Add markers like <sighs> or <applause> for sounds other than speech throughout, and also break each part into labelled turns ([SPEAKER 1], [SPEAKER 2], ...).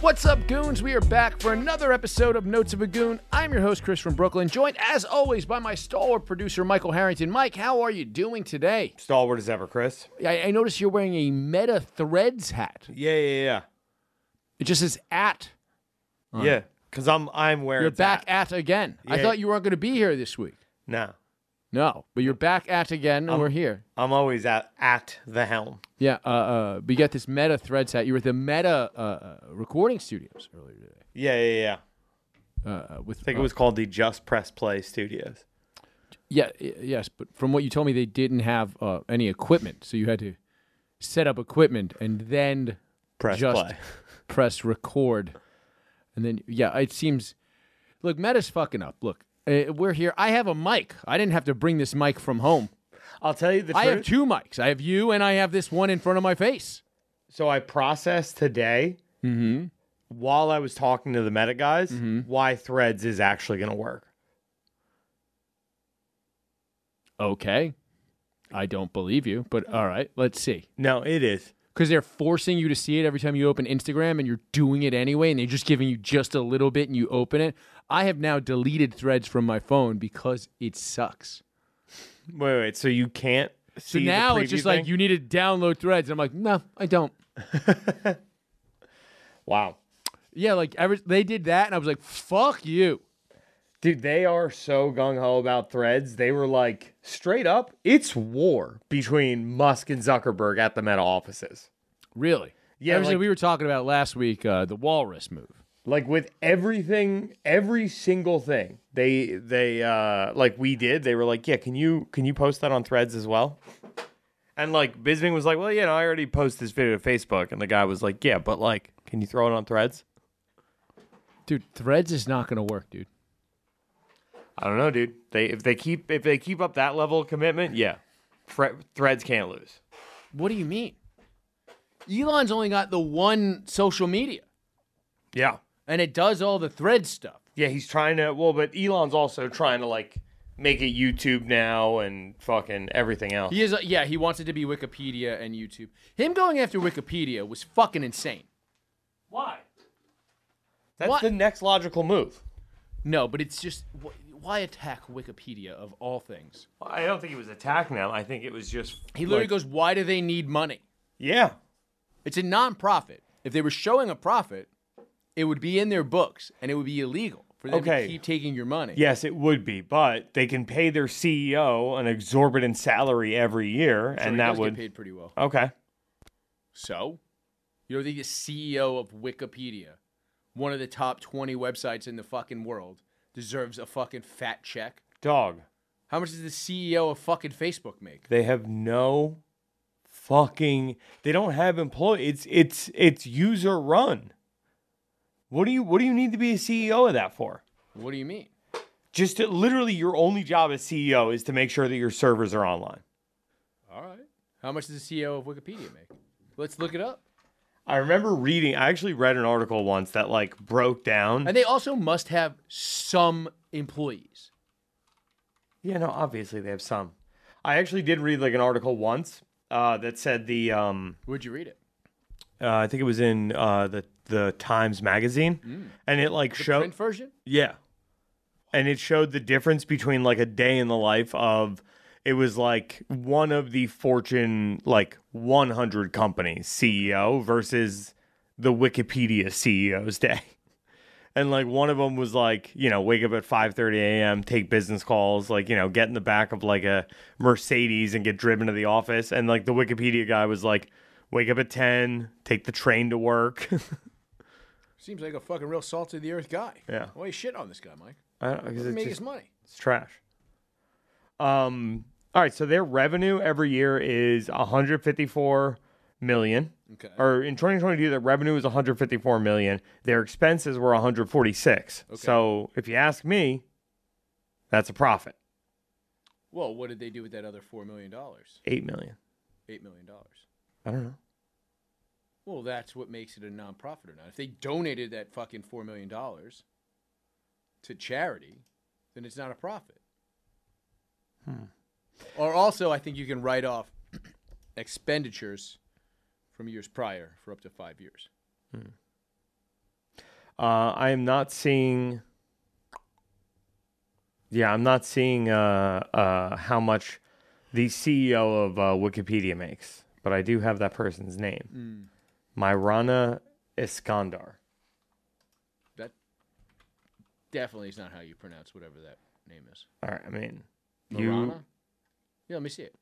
[SPEAKER 1] What's up, goons? We are back for another episode of Notes of a Goon. I'm your host, Chris from Brooklyn, joined as always by my stalwart producer, Michael Harrington. Mike, how are you doing today?
[SPEAKER 2] Stalwart as ever, Chris.
[SPEAKER 1] I, I notice you're wearing a Meta Threads hat.
[SPEAKER 2] Yeah, yeah, yeah.
[SPEAKER 1] It just says at.
[SPEAKER 2] Yeah, because I'm I'm wearing.
[SPEAKER 1] You're
[SPEAKER 2] that.
[SPEAKER 1] back at again. I
[SPEAKER 2] Yeah.
[SPEAKER 1] thought you weren't going to be here this week.
[SPEAKER 2] No,
[SPEAKER 1] No, but you're back at again, and we're here.
[SPEAKER 2] I'm always at at the helm.
[SPEAKER 1] Yeah, uh, uh, but you got this Meta Threads hat. You were at the Meta uh, uh, recording studios earlier today
[SPEAKER 2] Yeah, yeah,
[SPEAKER 1] uh,
[SPEAKER 2] yeah.
[SPEAKER 1] uh, with
[SPEAKER 2] I think it was called the Just Press Play Studios.
[SPEAKER 1] Yeah, y- yes, but from what you told me, they didn't have uh, any equipment, so you had to set up equipment and then
[SPEAKER 2] Press
[SPEAKER 1] just <laughs>
[SPEAKER 2] play.
[SPEAKER 1] press record, and then yeah, it seems. Look, Meta's fucking up. Look, uh, we're here. I have a mic. I didn't have to bring this mic from home.
[SPEAKER 2] I'll tell you the
[SPEAKER 1] I have
[SPEAKER 2] truth.
[SPEAKER 1] two mics. I have you, and I have this one in front of my face.
[SPEAKER 2] so I processed today
[SPEAKER 1] Mm-hmm.
[SPEAKER 2] while I was talking to the meta guys why Threads is actually going to work.
[SPEAKER 1] Okay, I don't believe you, but all right, let's see.
[SPEAKER 2] No, it is.
[SPEAKER 1] because they're forcing you to see it every time you open Instagram and you're doing it anyway and they're just giving you just a little bit and you open it. I have now deleted threads from my phone because it sucks.
[SPEAKER 2] Wait, wait. So you can't.
[SPEAKER 1] So
[SPEAKER 2] See the
[SPEAKER 1] now it's
[SPEAKER 2] preview
[SPEAKER 1] just
[SPEAKER 2] thing?
[SPEAKER 1] like you need to download threads. I'm like, no, I don't.
[SPEAKER 2] Wow,
[SPEAKER 1] Yeah, like ever they did that and I was like, fuck you.
[SPEAKER 2] dude, they are so gung ho about Threads. They were like straight up, it's war between Musk and Zuckerberg at the Meta offices.
[SPEAKER 1] Really?
[SPEAKER 2] Yeah,
[SPEAKER 1] Everything
[SPEAKER 2] like-
[SPEAKER 1] we were talking about last week, uh, the walrus move.
[SPEAKER 2] like with everything every single thing they they uh like we did they were like yeah can you can you post that on threads as well and like bisbing was like well you know i already posted this video to facebook and the guy was like yeah but like can you throw it on threads
[SPEAKER 1] Dude, threads is not gonna work, dude.
[SPEAKER 2] i don't know dude they if they keep if they keep up that level of commitment yeah Fre- threads can't lose
[SPEAKER 1] What do you mean? Elon's only got the one social media
[SPEAKER 2] yeah
[SPEAKER 1] and it does all the thread stuff.
[SPEAKER 2] yeah he's trying to well but elon's also trying to like make it youtube now and fucking everything else
[SPEAKER 1] He is. Yeah, he wants it to be Wikipedia and YouTube. Him going after Wikipedia was fucking insane.
[SPEAKER 2] why that's
[SPEAKER 1] What?
[SPEAKER 2] the next logical move
[SPEAKER 1] No, but it's just wh- why attack Wikipedia of all things?
[SPEAKER 2] I don't think it was attacking them. I think it was just
[SPEAKER 1] He literally goes, "Why do they need money?
[SPEAKER 2] yeah,
[SPEAKER 1] It's a nonprofit. If they were showing a profit, it would be in their books and it would be illegal for them to
[SPEAKER 2] Okay.
[SPEAKER 1] keep taking your money."
[SPEAKER 2] yes, it would be, but they can pay their CEO an exorbitant salary every year,
[SPEAKER 1] So he
[SPEAKER 2] and that
[SPEAKER 1] does get
[SPEAKER 2] would
[SPEAKER 1] paid pretty well.
[SPEAKER 2] okay.
[SPEAKER 1] So, you know, the CEO of Wikipedia, one of the top twenty websites in the fucking world, deserves a fucking fat check.
[SPEAKER 2] Dog,
[SPEAKER 1] How much does the CEO of fucking Facebook make?
[SPEAKER 2] they have no fucking. They don't have employee. It's it's it's user run. What do you what do you need to be a CEO of that for?
[SPEAKER 1] What do you mean?
[SPEAKER 2] Just to, literally, your only job as CEO is to make sure that your servers are online.
[SPEAKER 1] All right. How much does the CEO of Wikipedia make? Let's look it up.
[SPEAKER 2] I remember reading. I actually read an article once that like broke down.
[SPEAKER 1] And they also must have some employees.
[SPEAKER 2] Yeah, no, obviously they have some. I actually did read like an article once uh, that said the um,
[SPEAKER 1] Where'd you read it?
[SPEAKER 2] uh, I think it was in uh, the the Times magazine, and it like
[SPEAKER 1] The
[SPEAKER 2] showed
[SPEAKER 1] print version?
[SPEAKER 2] yeah, and it showed the difference between like a day in the life of it was like one of the Fortune like 100 companies CEO E versus the Wikipedia CEO's day. <laughs> And like one of them was like, you know, wake up at 5:30 a.m., take business calls, like, you know, get in the back of like a Mercedes and get driven to the office. And like the Wikipedia guy was like, wake up at 10, take the train to work. <laughs>
[SPEAKER 1] Seems like a fucking real salt of the earth guy.
[SPEAKER 2] Yeah.
[SPEAKER 1] Why you shit on this guy, Mike?
[SPEAKER 2] I don't, 'cause
[SPEAKER 1] He
[SPEAKER 2] it's
[SPEAKER 1] make
[SPEAKER 2] just-
[SPEAKER 1] his money.
[SPEAKER 2] It's trash. Um. All right. So their revenue every year is 154 million.
[SPEAKER 1] Okay.
[SPEAKER 2] Or in 2022, their revenue was 154 million. Their expenses were 146. So if you ask me, that's a profit.
[SPEAKER 1] Well, what did they do with that other four million dollars?
[SPEAKER 2] Eight million.
[SPEAKER 1] Eight million dollars.
[SPEAKER 2] I don't know.
[SPEAKER 1] Well, that's what makes it a nonprofit or not. If they donated that fucking four million dollars to charity, then it's not a profit.
[SPEAKER 2] Hmm.
[SPEAKER 1] Or also, I think you can write off <clears throat> expenditures from years prior for up to five years.
[SPEAKER 2] Uh, I am not seeing. Yeah, I'm not seeing uh, uh, how much the CEO of uh, Wikipedia makes, but I do have that person's name, Myrana Iskandar.
[SPEAKER 1] That definitely is not how you pronounce whatever that name is.
[SPEAKER 2] All right, I mean, you
[SPEAKER 1] Marana? Yeah, let me see it.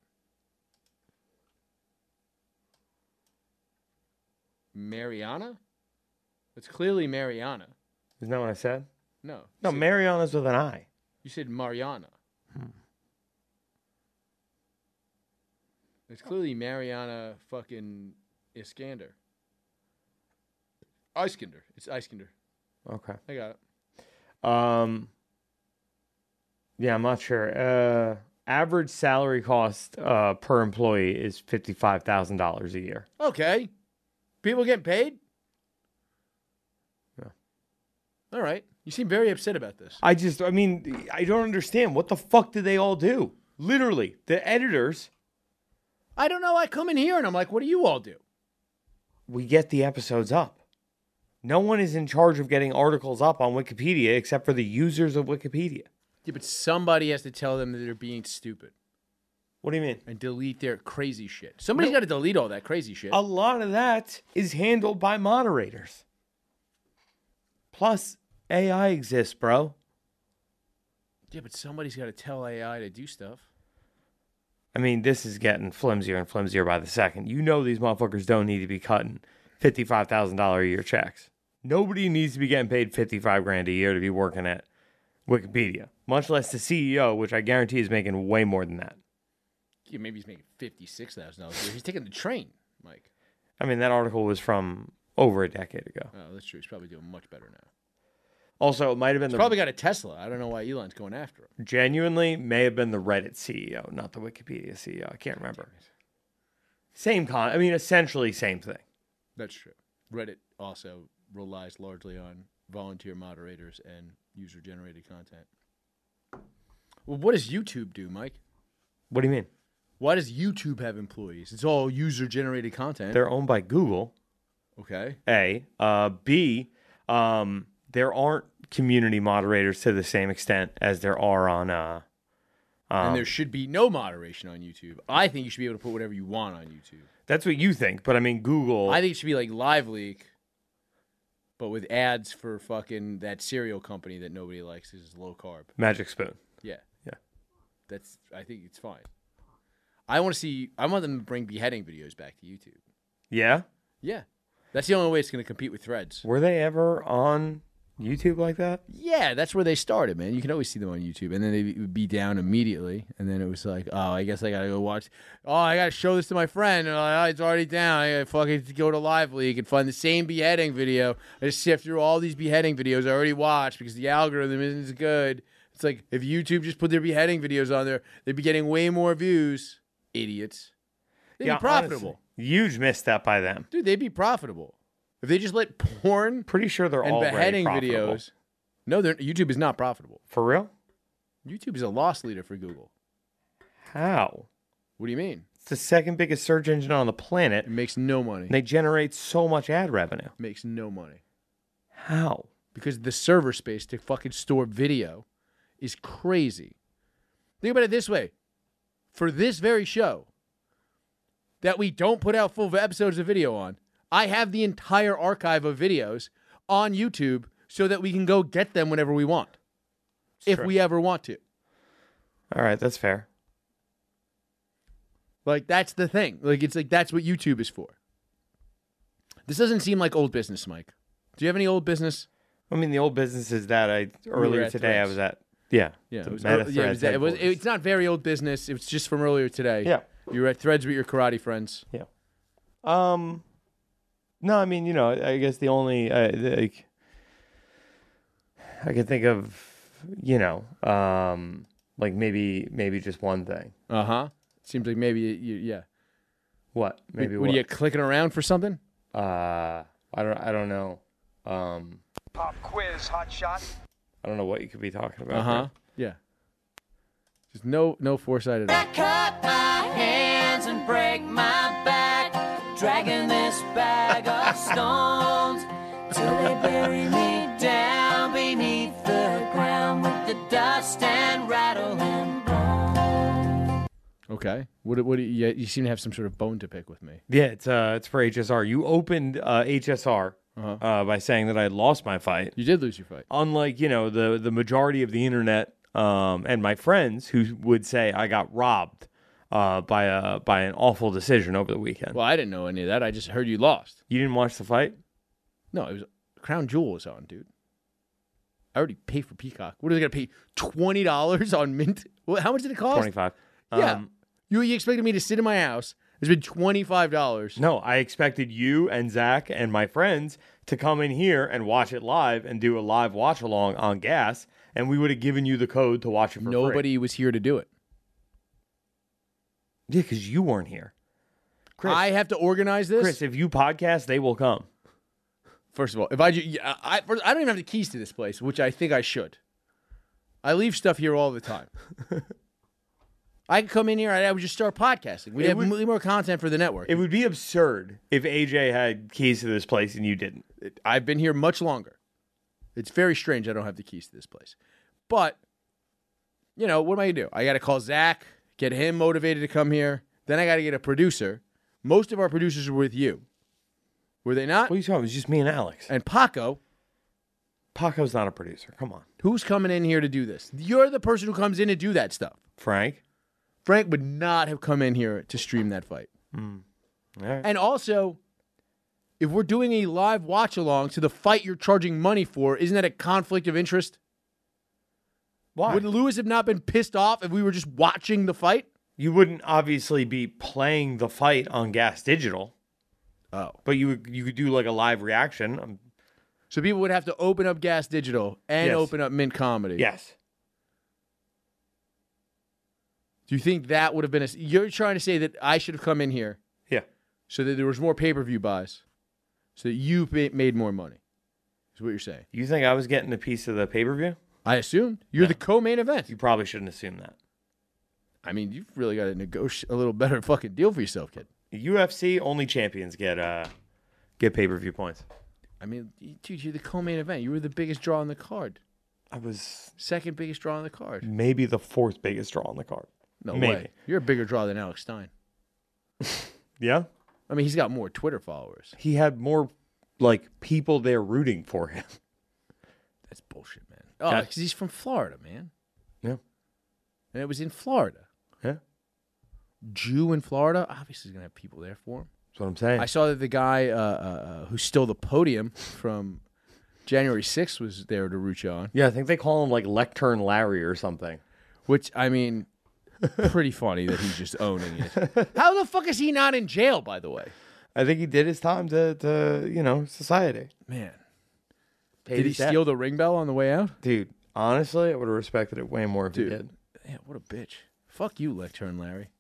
[SPEAKER 1] Mariana? It's clearly Mariana.
[SPEAKER 2] isn't that what I said?
[SPEAKER 1] No.
[SPEAKER 2] No,
[SPEAKER 1] you, said,
[SPEAKER 2] Mariana's with an I.
[SPEAKER 1] you said Mariana. It's clearly Mariana fucking Iskander. Iskander. It's Iskander.
[SPEAKER 2] Okay.
[SPEAKER 1] I got it.
[SPEAKER 2] Um, yeah, I'm not sure. Uh, average salary cost uh, per employee is fifty five thousand dollars a year.
[SPEAKER 1] Okay. People getting paid?
[SPEAKER 2] Yeah.
[SPEAKER 1] All right. You seem very upset about this.
[SPEAKER 2] I just, I mean, I don't understand. What the fuck did they all do? Literally, the editors.
[SPEAKER 1] I don't know. I come in here and I'm like, what do you all do?
[SPEAKER 2] We get the episodes up. No one is in charge of getting articles up on Wikipedia except for the users of Wikipedia.
[SPEAKER 1] Yeah, but somebody has to tell them that they're being stupid
[SPEAKER 2] What do you mean?
[SPEAKER 1] and delete their crazy shit. Somebody's got to delete all that crazy shit.
[SPEAKER 2] A lot of that is handled by moderators. Plus, AI exists, bro.
[SPEAKER 1] yeah, but somebody's got to tell AI to do stuff.
[SPEAKER 2] I mean, this is getting flimsier and flimsier by the second. You know these motherfuckers don't need to be cutting fifty-five thousand dollar a year checks. Nobody needs to be getting paid fifty-five grand a year to be working at Wikipedia, much less the CEO, which I guarantee is making way more than that.
[SPEAKER 1] Yeah, maybe he's making fifty-six thousand dollars a year. He's taking the train, Mike.
[SPEAKER 2] I mean, that article was from over a decade ago.
[SPEAKER 1] Oh, that's true. He's probably doing much better now.
[SPEAKER 2] Also, it might have been the
[SPEAKER 1] He's probably got a Tesla. I don't know why Elon's going after him.
[SPEAKER 2] genuinely may have been the Reddit CEO, not the Wikipedia CEO. I can't remember. Same con. I mean, essentially same thing.
[SPEAKER 1] That's true. Reddit also relies largely on volunteer moderators and user-generated content. Well, what does YouTube do, Mike?
[SPEAKER 2] What do you mean?
[SPEAKER 1] Why does YouTube have employees? It's all user-generated content.
[SPEAKER 2] They're owned by Google.
[SPEAKER 1] Okay.
[SPEAKER 2] A. Uh, B. Um, there aren't community moderators to the same extent as there are on. Uh, Um,
[SPEAKER 1] and there should be no moderation on YouTube. I think you should be able to put whatever you want on YouTube.
[SPEAKER 2] that's what you think, but I mean Google.
[SPEAKER 1] I think it should be like Live Leak, but with ads for fucking that cereal company that nobody likes is low carb.
[SPEAKER 2] Magic Spoon.
[SPEAKER 1] Yeah.
[SPEAKER 2] Yeah.
[SPEAKER 1] That's I think it's fine. I want to see I want them to bring beheading videos back to YouTube.
[SPEAKER 2] Yeah.
[SPEAKER 1] Yeah. That's the only way it's going to compete with threads.
[SPEAKER 2] Were they ever on YouTube like that?
[SPEAKER 1] Yeah, that's where they started, man. You can always see them on YouTube, and then they would be down immediately. And then it was like, oh, I guess I gotta go watch. Oh, I gotta show this to my friend. And I'm like, oh, it's already down. I gotta fucking go to Live League and find the same beheading video. I just sift through all these beheading videos I already watched because the algorithm isn't as good. It's like if YouTube just put their beheading videos on there, they'd be getting way more views. Idiots. They'd be profitable,
[SPEAKER 2] honestly, huge misstep by them.
[SPEAKER 1] dude. They'd be profitable if they just let porn
[SPEAKER 2] Pretty sure they're
[SPEAKER 1] and
[SPEAKER 2] all
[SPEAKER 1] beheading videos. No, they're- YouTube is not profitable.
[SPEAKER 2] for real.
[SPEAKER 1] YouTube is a loss leader for Google.
[SPEAKER 2] How?
[SPEAKER 1] What do you mean?
[SPEAKER 2] It's the second biggest search engine on the planet.
[SPEAKER 1] It makes no money.
[SPEAKER 2] And they generate so much ad revenue.
[SPEAKER 1] makes no money
[SPEAKER 2] How?
[SPEAKER 1] because the server space to fucking store video is crazy. Think about it this way: for this very show that we don't put out full episodes of video on, I have the entire archive of videos on YouTube so that we can go get them whenever we want, if
[SPEAKER 2] true.
[SPEAKER 1] we ever want to.
[SPEAKER 2] All right, that's fair.
[SPEAKER 1] Like that's the thing. Like it's like that's what YouTube is for. This doesn't seem like old business, Mike. Do you have any old business?
[SPEAKER 2] I mean, the old business is that I earlier
[SPEAKER 1] at
[SPEAKER 2] today I
[SPEAKER 1] Threads.
[SPEAKER 2] was at yeah
[SPEAKER 1] Yeah,
[SPEAKER 2] the
[SPEAKER 1] it was,
[SPEAKER 2] Meta
[SPEAKER 1] ear- yeah, it
[SPEAKER 2] Threads
[SPEAKER 1] was- it was-
[SPEAKER 2] headquarters.
[SPEAKER 1] it's not very old business. It was just from earlier today.
[SPEAKER 2] Yeah.
[SPEAKER 1] You were at Threads with your karate friends.
[SPEAKER 2] yeah. Um, no, I mean you know I guess the only uh, the- like I can think of you know um like maybe maybe just one thing.
[SPEAKER 1] Uh huh. Seems like maybe you, yeah.
[SPEAKER 2] What maybe
[SPEAKER 1] what,
[SPEAKER 2] what?
[SPEAKER 1] are you clicking around for something?
[SPEAKER 2] uh, I don't I don't know. Um,
[SPEAKER 3] Pop quiz, hot shot.
[SPEAKER 2] I don't know what you could be talking about.
[SPEAKER 1] Uh huh. Yeah. Just no no foresight at all.
[SPEAKER 4] cut my hands and break my back, dragging this bag of stones till they bury me down beneath the ground with the dust and rattle and
[SPEAKER 1] Okay. What? What? do You, yeah, you seem to have some sort of bone to pick with me.
[SPEAKER 2] Yeah, it's uh, it's for HSR. You opened uh, HSR
[SPEAKER 1] Uh-huh.
[SPEAKER 2] uh by saying that I had lost my fight.
[SPEAKER 1] You did lose your fight.
[SPEAKER 2] Unlike you know the the majority of the internet um, and my friends who would say I got robbed uh, by a by an awful decision over the weekend.
[SPEAKER 1] Well, I didn't know any of that. I just heard you lost.
[SPEAKER 2] you didn't watch the fight.
[SPEAKER 1] No, it was Crown Jewel was on, dude. I already paid for Peacock. What are they gonna pay twenty dollars on Mint? Well, how much did it cost?
[SPEAKER 2] Twenty five.
[SPEAKER 1] Yeah.
[SPEAKER 2] Um,
[SPEAKER 1] you, you expected me to sit in my house? It's been twenty five dollars.
[SPEAKER 2] No, I expected you and Zach and my friends to come in here and watch it live and do a live watch along on gas, and we would have given you the code to watch it for
[SPEAKER 1] Nobody was here to do it.
[SPEAKER 2] Free. Yeah, because you weren't here. Chris,
[SPEAKER 1] I have to organize this.
[SPEAKER 2] Chris, if you podcast, they will come.
[SPEAKER 1] First of all, if I ju- yeah, I first, I don't even have the keys to this place, which I think I should. I leave stuff here all the
[SPEAKER 2] <laughs>
[SPEAKER 1] time. I could come in here. I, I would just start podcasting. We
[SPEAKER 2] It
[SPEAKER 1] have
[SPEAKER 2] would-
[SPEAKER 1] way more content for the network.
[SPEAKER 2] It would be absurd if AJ had keys to this place and you didn't.
[SPEAKER 1] I've been here much longer. It's very strange. I don't have the keys to this place, but you know what am I gonna do? I got to call Zach, get him motivated to come here. Then I got to get a producer. Most of our producers were with you, were they not?
[SPEAKER 2] What are you talking? It was just me and Alex.
[SPEAKER 1] And Paco,
[SPEAKER 2] Paco's not a producer. Come on,
[SPEAKER 1] who's coming in here to do this? You're the person who comes in to do that stuff.
[SPEAKER 2] Frank.
[SPEAKER 1] Frank would not have come in here to stream that fight.
[SPEAKER 2] Hmm. All right.
[SPEAKER 1] And also, if we're doing a live watch along to the fight you're charging money for, isn't that a conflict of interest?
[SPEAKER 2] Why?
[SPEAKER 1] Would Lewis have not been pissed off if we were just watching the fight?
[SPEAKER 2] you wouldn't obviously be playing the fight on Gas Digital,
[SPEAKER 1] Oh.
[SPEAKER 2] but you would- you could do like a live reaction. Um,
[SPEAKER 1] So people would have to open up Gas Digital and
[SPEAKER 2] Yes.
[SPEAKER 1] open up Mint Comedy.
[SPEAKER 2] yes.
[SPEAKER 1] Do you think that would have been a. You're trying to say that I should have come in here
[SPEAKER 2] Yeah.
[SPEAKER 1] so that there was more pay per view buys, so that you ma- made more money, is what you're saying.
[SPEAKER 2] You think I was getting a piece of the pay per view?
[SPEAKER 1] I assumed you're the co main event.
[SPEAKER 2] You probably shouldn't assume that.
[SPEAKER 1] I mean, you've really got to negotiate a little better fucking deal for yourself, kid.
[SPEAKER 2] UFC only champions get uh get pay per view points.
[SPEAKER 1] I mean, y- dude, you're the co-main event. You were the biggest draw on the card,
[SPEAKER 2] I was
[SPEAKER 1] second biggest draw on the card.
[SPEAKER 2] maybe the fourth biggest draw on the card.
[SPEAKER 1] No
[SPEAKER 2] Maybe.
[SPEAKER 1] way. You're a bigger draw than Alex Stein.
[SPEAKER 2] Yeah,
[SPEAKER 1] I mean, he's got more Twitter followers.
[SPEAKER 2] he had more like people there rooting for him.
[SPEAKER 1] That's bullshit, man. Oh,
[SPEAKER 2] Yeah.
[SPEAKER 1] because he's from Florida, man,
[SPEAKER 2] Yeah,
[SPEAKER 1] and it was in Florida.
[SPEAKER 2] yeah,
[SPEAKER 1] Jew in Florida, obviously, he's gonna have people there for him.
[SPEAKER 2] that's what I'm saying.
[SPEAKER 1] I saw that the guy uh, uh, uh, who stole the podium from January 6th was there to root you on,
[SPEAKER 2] yeah, I think they call him like Lectern Larry or something.
[SPEAKER 1] which I <laughs> mean, pretty funny that he's just owning it. How the fuck is he not in jail, by the way?
[SPEAKER 2] I think he did his time to to you know society.
[SPEAKER 1] Man.
[SPEAKER 2] Paid
[SPEAKER 1] Did he
[SPEAKER 2] his debt.
[SPEAKER 1] steal the ring bell on the way out?
[SPEAKER 2] Dude, honestly, I would have respected it way more if
[SPEAKER 1] Dude.
[SPEAKER 2] he did.
[SPEAKER 1] Yeah, what a bitch. Fuck you, Lectern Larry.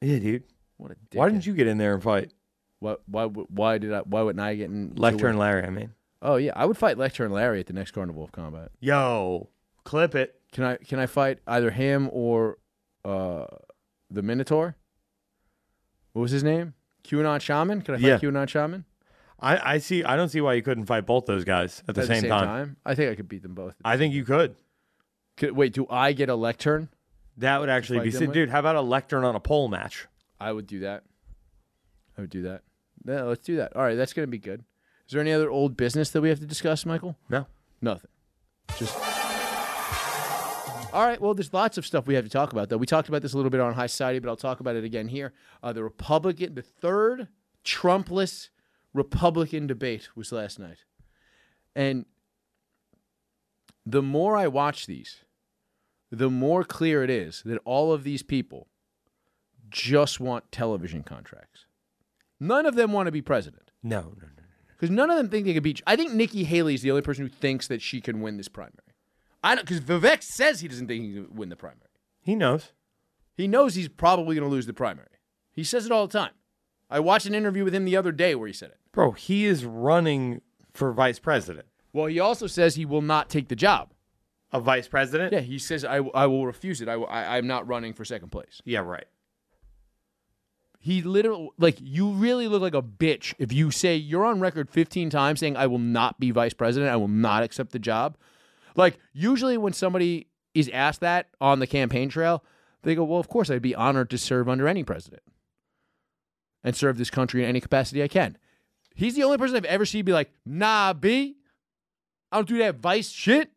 [SPEAKER 2] Yeah, dude.
[SPEAKER 1] What a dick.
[SPEAKER 2] Why didn't you get in there and fight
[SPEAKER 1] Why, why, would- why did I? Why wouldn't I get in? to
[SPEAKER 2] Lectern
[SPEAKER 1] win?
[SPEAKER 2] Larry? I mean,
[SPEAKER 1] Oh yeah, I would fight Lectern Larry at the next Carnival of Combat.
[SPEAKER 2] yo, clip it.
[SPEAKER 1] Can I? Can I fight either him or uh, the Minotaur? What was his name? QAnon Shaman. Can I fight
[SPEAKER 2] Yeah.
[SPEAKER 1] QAnon Shaman
[SPEAKER 2] I, I see. I don't see why you couldn't fight both those guys at the,
[SPEAKER 1] at
[SPEAKER 2] same, time.
[SPEAKER 1] I think I could beat them both.
[SPEAKER 2] I think you could.
[SPEAKER 1] Could, wait, do I get a Lectern?
[SPEAKER 2] That would actually
[SPEAKER 1] fight
[SPEAKER 2] be
[SPEAKER 1] them
[SPEAKER 2] sick,
[SPEAKER 1] with-
[SPEAKER 2] dude. How about a lectern on a pole match?
[SPEAKER 1] I would do that. I would do that. Yeah, let's do that. All right, that's gonna be good. Is there any other old business that we have to discuss, Michael?
[SPEAKER 2] No,
[SPEAKER 1] Nothing. Just. All right. Well, there's lots of stuff we have to talk about, though. We talked about this a little bit on High Society, but I'll talk about it again here. Uh, the Republican, the third Trumpless Republican debate was last night, and the more I watch these, the more clear it is that all of these people just want television contracts. None of them want to be president
[SPEAKER 2] no, no, no.
[SPEAKER 1] because none of them think they could beat. I think Nikki Haley is the only person who thinks that she can win this primary. I don't because Vivek says he doesn't think he can win the primary.
[SPEAKER 2] He knows.
[SPEAKER 1] He knows he's probably going to lose the primary. He says it all the time. I watched an interview with him the other day where he said it.
[SPEAKER 2] Bro, he is running for vice president.
[SPEAKER 1] Well, he also says he will not take the job.
[SPEAKER 2] A vice president?
[SPEAKER 1] Yeah, he says I, I will refuse it. I, will- I I'm not running for second place.
[SPEAKER 2] Yeah, right.
[SPEAKER 1] He literally, like, you really look like a bitch if you say you're on record 15 times saying, I will not be vice president. I will not accept the job. Like, usually when somebody is asked that on the campaign trail, they go, Well, of course, I'd be honored to serve under any president and serve this country in any capacity I can. He's the only person I've ever seen be like, Nah, B, I don't do that vice shit.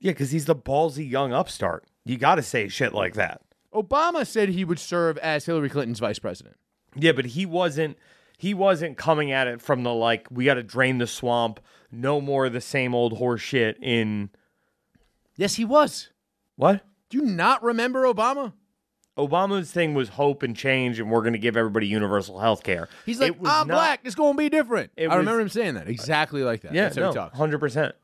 [SPEAKER 2] Yeah, because he's the ballsy young upstart. You got to say shit like that.
[SPEAKER 1] Obama said he would serve as Hillary Clinton's vice president.
[SPEAKER 2] Yeah, but he wasn't. He wasn't coming at it from the like we got to drain the swamp. No more of the same old horse shit. In
[SPEAKER 1] Yes, he was.
[SPEAKER 2] what?
[SPEAKER 1] Do you not remember Obama?
[SPEAKER 2] Obama's thing was hope and change, and we're going to give everybody universal health care.
[SPEAKER 1] He's like,
[SPEAKER 2] It was
[SPEAKER 1] I'm
[SPEAKER 2] not-
[SPEAKER 1] black. It's going to be different. I
[SPEAKER 2] It
[SPEAKER 1] remember
[SPEAKER 2] was-
[SPEAKER 1] him saying that exactly like that.
[SPEAKER 2] Yeah,
[SPEAKER 1] That's how he talks.
[SPEAKER 2] hundred percent.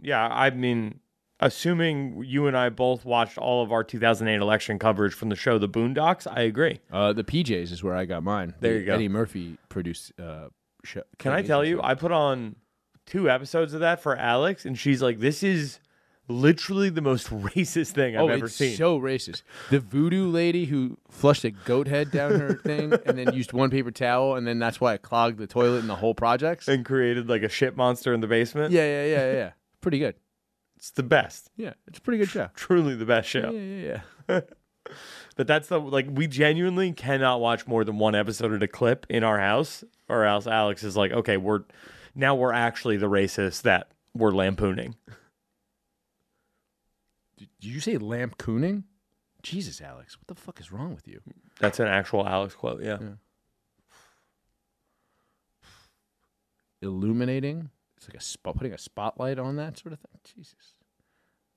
[SPEAKER 2] Yeah, I mean, assuming you and I both watched all of our 2008 election coverage from the show The Boondocks, I agree.
[SPEAKER 1] Uh, the PJs is where I got mine.
[SPEAKER 2] There
[SPEAKER 1] The
[SPEAKER 2] you go.
[SPEAKER 1] Eddie Murphy produced uh, show.
[SPEAKER 2] Can I tell you? I put on two episodes of that for Alex, and she's like, "This is literally the most <laughs> racist thing I've
[SPEAKER 1] oh,
[SPEAKER 2] ever
[SPEAKER 1] it's
[SPEAKER 2] seen."
[SPEAKER 1] so racist. The voodoo lady who flushed a goat head down
[SPEAKER 2] <laughs>
[SPEAKER 1] her thing and then used one paper towel, and then that's why it clogged the toilet in the whole projects. Yeah,
[SPEAKER 2] and created like a shit monster in the basement.
[SPEAKER 1] yeah, yeah, yeah. Pretty good.
[SPEAKER 2] It's the best,
[SPEAKER 1] Yeah, it's a pretty good show.
[SPEAKER 2] truly the best show.
[SPEAKER 1] Yeah, yeah, yeah.
[SPEAKER 2] But that's the like we genuinely cannot watch more than one episode at a clip in our house, or else Alex is like, okay, we're now we're actually the racist that we're lampooning.
[SPEAKER 1] Did you say lampooning? Jesus, Alex, what the fuck is wrong with you?
[SPEAKER 2] That's an actual Alex quote, yeah.
[SPEAKER 1] illuminating. It's like a spot, putting a spotlight on that sort of thing. Jesus,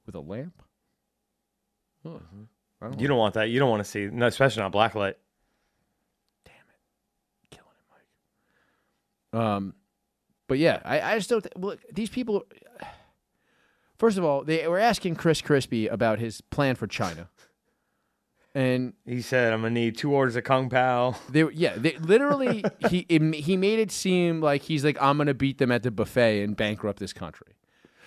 [SPEAKER 1] with a lamp. Ugh. I don't
[SPEAKER 2] You don't want that. You don't want to see, no, especially not blacklight.
[SPEAKER 1] killing it, Mike. Um, but yeah, I, I just don't. Look, these people. <sighs> First of all, they were asking Chris Crispy about his plan for China, and
[SPEAKER 2] He said, "I'm gonna need two orders of kung pao." <laughs>
[SPEAKER 1] They were- yeah, they literally he <laughs> it, ma- he made it seem like he's like I'm gonna beat them at the buffet and bankrupt this country.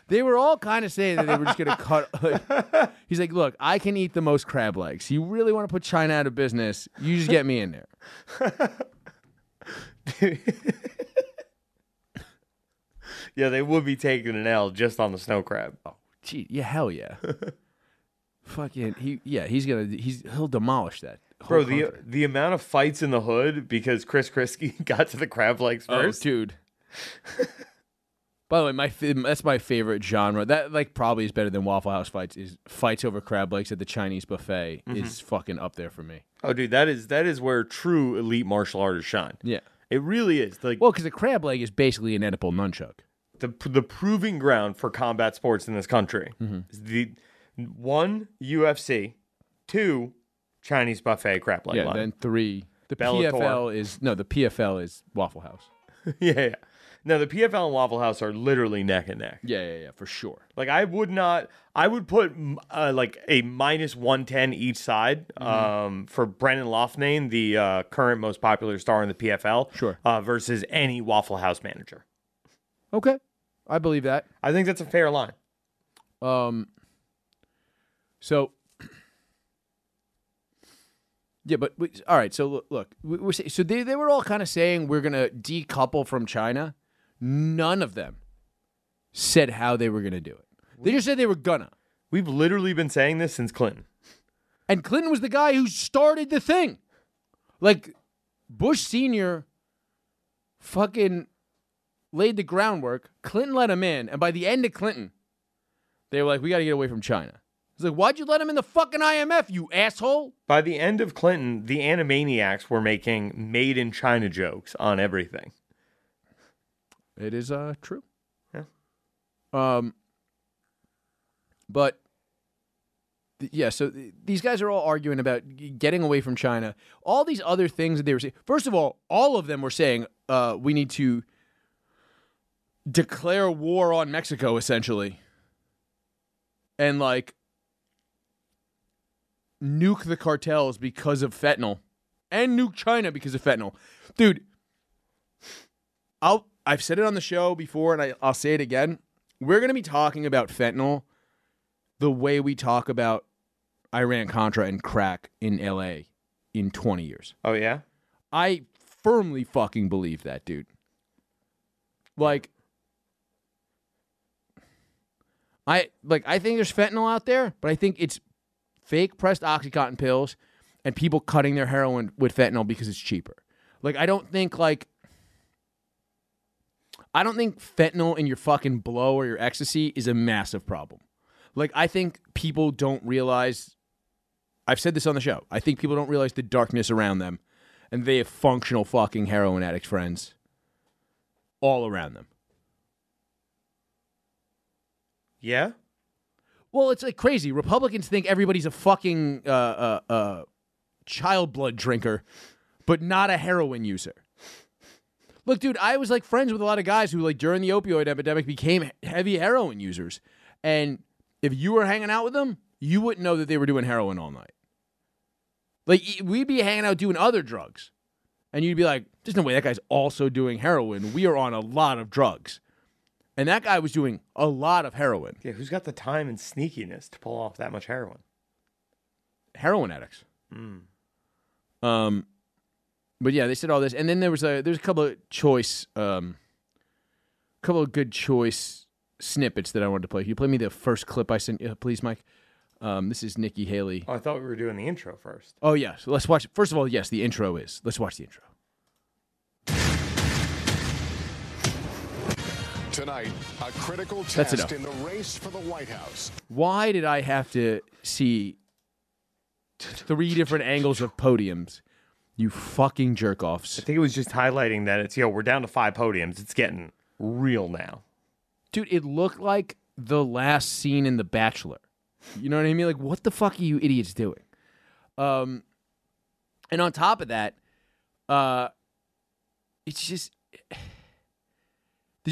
[SPEAKER 1] They were all kind of saying that they were just
[SPEAKER 2] <laughs>
[SPEAKER 1] gonna cut. like- he's like, look, I can eat the most crab legs. You really want to put China out of business? You just get me in
[SPEAKER 2] <laughs>
[SPEAKER 1] there.
[SPEAKER 2] yeah, they would be taking an L just on the snow crab.
[SPEAKER 1] Gee, yeah, hell yeah. Fucking he, yeah, he's gonna he's he'll demolish that. whole
[SPEAKER 2] Bro, the
[SPEAKER 1] country.
[SPEAKER 2] the amount of fights in the hood because Chris Krisky <laughs> got to the crab legs
[SPEAKER 1] Oh,
[SPEAKER 2] first.
[SPEAKER 1] dude. <laughs> By the way, my fa- that's my favorite genre. That like probably is better than Waffle House fights. Is fights over crab legs at the Chinese buffet is fucking up there for me.
[SPEAKER 2] oh, dude, that is that is where true elite martial artists shine.
[SPEAKER 1] Yeah.
[SPEAKER 2] It really is. Like
[SPEAKER 1] Well, because a crab leg is basically an edible nunchuck.
[SPEAKER 2] the the proving ground for combat sports in this country is the one UFC, two Chinese buffet crap like
[SPEAKER 1] yeah.
[SPEAKER 2] line.
[SPEAKER 1] Then three. The
[SPEAKER 2] Bellator.
[SPEAKER 1] PFL is no. The PFL is Waffle House.
[SPEAKER 2] <laughs> yeah, yeah. Now the PFL and Waffle House are literally neck and neck.
[SPEAKER 1] Yeah, yeah, yeah, for sure.
[SPEAKER 2] Like I would not, I would put mm, uh, like a minus one ten each side um, for Brendan Loughnane, the uh, current most popular star in the PFL,
[SPEAKER 1] Sure.
[SPEAKER 2] uh, versus any Waffle House manager.
[SPEAKER 1] Okay, I believe that.
[SPEAKER 2] I think that's a fair line.
[SPEAKER 1] Um. So. <clears throat> Yeah, but we, all right. So look, look we, we're, say- so they they were all kind of saying we're gonna decouple from China. None of them said how they were gonna do it. They just said they were gonna.
[SPEAKER 2] We've literally been saying this since Clinton.
[SPEAKER 1] And Clinton was the guy who started the thing. Like Bush Senior fucking laid the groundwork. Clinton let him in, and by the end of Clinton, they were like, "We got to get away from China." He's like, "Why'd you let him in the fucking IMF, you asshole?"
[SPEAKER 2] By the end of Clinton, the animaniacs were making made in China jokes on everything.
[SPEAKER 1] It is uh true.
[SPEAKER 2] Yeah.
[SPEAKER 1] Um. But th- yeah, so th- these guys are all arguing about g- getting away from China. All these other things that they were saying. First of all, all of them were saying uh, we need to declare war on Mexico, essentially, and like nuke the cartels because of fentanyl, and nuke China because of fentanyl, dude. I'll I've said it on the show before and I, I'll say it again. We're gonna be talking about fentanyl the way we talk about Iran Contra and crack in LA in twenty years.
[SPEAKER 2] Oh yeah,
[SPEAKER 1] I firmly fucking believe that, dude. Like I like I think there's fentanyl out there, but I think it's fake pressed oxycontin pills and people cutting their heroin with fentanyl because it's cheaper. Like I don't think like I don't think fentanyl in your fucking blow or your ecstasy is a massive problem. Like I think people don't realize I've said this on the show. I think people don't realize the darkness around them, and they have functional fucking heroin addict friends all around them.
[SPEAKER 2] Yeah.
[SPEAKER 1] Well, it's like crazy. Republicans think everybody's a fucking uh, uh, uh, child blood drinker, but not a heroin user. Look, dude, I was like friends with a lot of guys who, like, during the opioid epidemic, became heavy heroin users. And if you were hanging out with them, you wouldn't know that they were doing heroin all night. Like, y- we'd be hanging out doing other drugs. And you'd be like, there's no way that guy's also doing heroin. We are on a lot of drugs. And that guy was doing a lot of heroin.
[SPEAKER 2] Yeah. Who's got the time and sneakiness to pull off that much heroin?
[SPEAKER 1] heroin addicts. Um, but yeah, they said all this, and then there was a there's a couple of choice, um, couple of good choice snippets that I wanted to play. Can you play me the first clip I sent, you, please, Mike? Um, this is Nikki Haley.
[SPEAKER 2] Oh, I thought we were doing the intro first.
[SPEAKER 1] Oh yeah, so let's watch. First of all, yes, the intro is. Let's watch the intro.
[SPEAKER 5] Tonight, a critical
[SPEAKER 1] That's
[SPEAKER 5] test
[SPEAKER 1] enough.
[SPEAKER 5] in the race for the White House.
[SPEAKER 1] Why did I have to see three different angles of podiums? You fucking jerk offs.
[SPEAKER 2] I think it was just highlighting that it's yo, we're down to five podiums. It's getting real now.
[SPEAKER 1] dude it looked like the last scene in the bachelor you know what i mean like what the fuck are you idiots doing um and on top of that uh it's just <sighs> did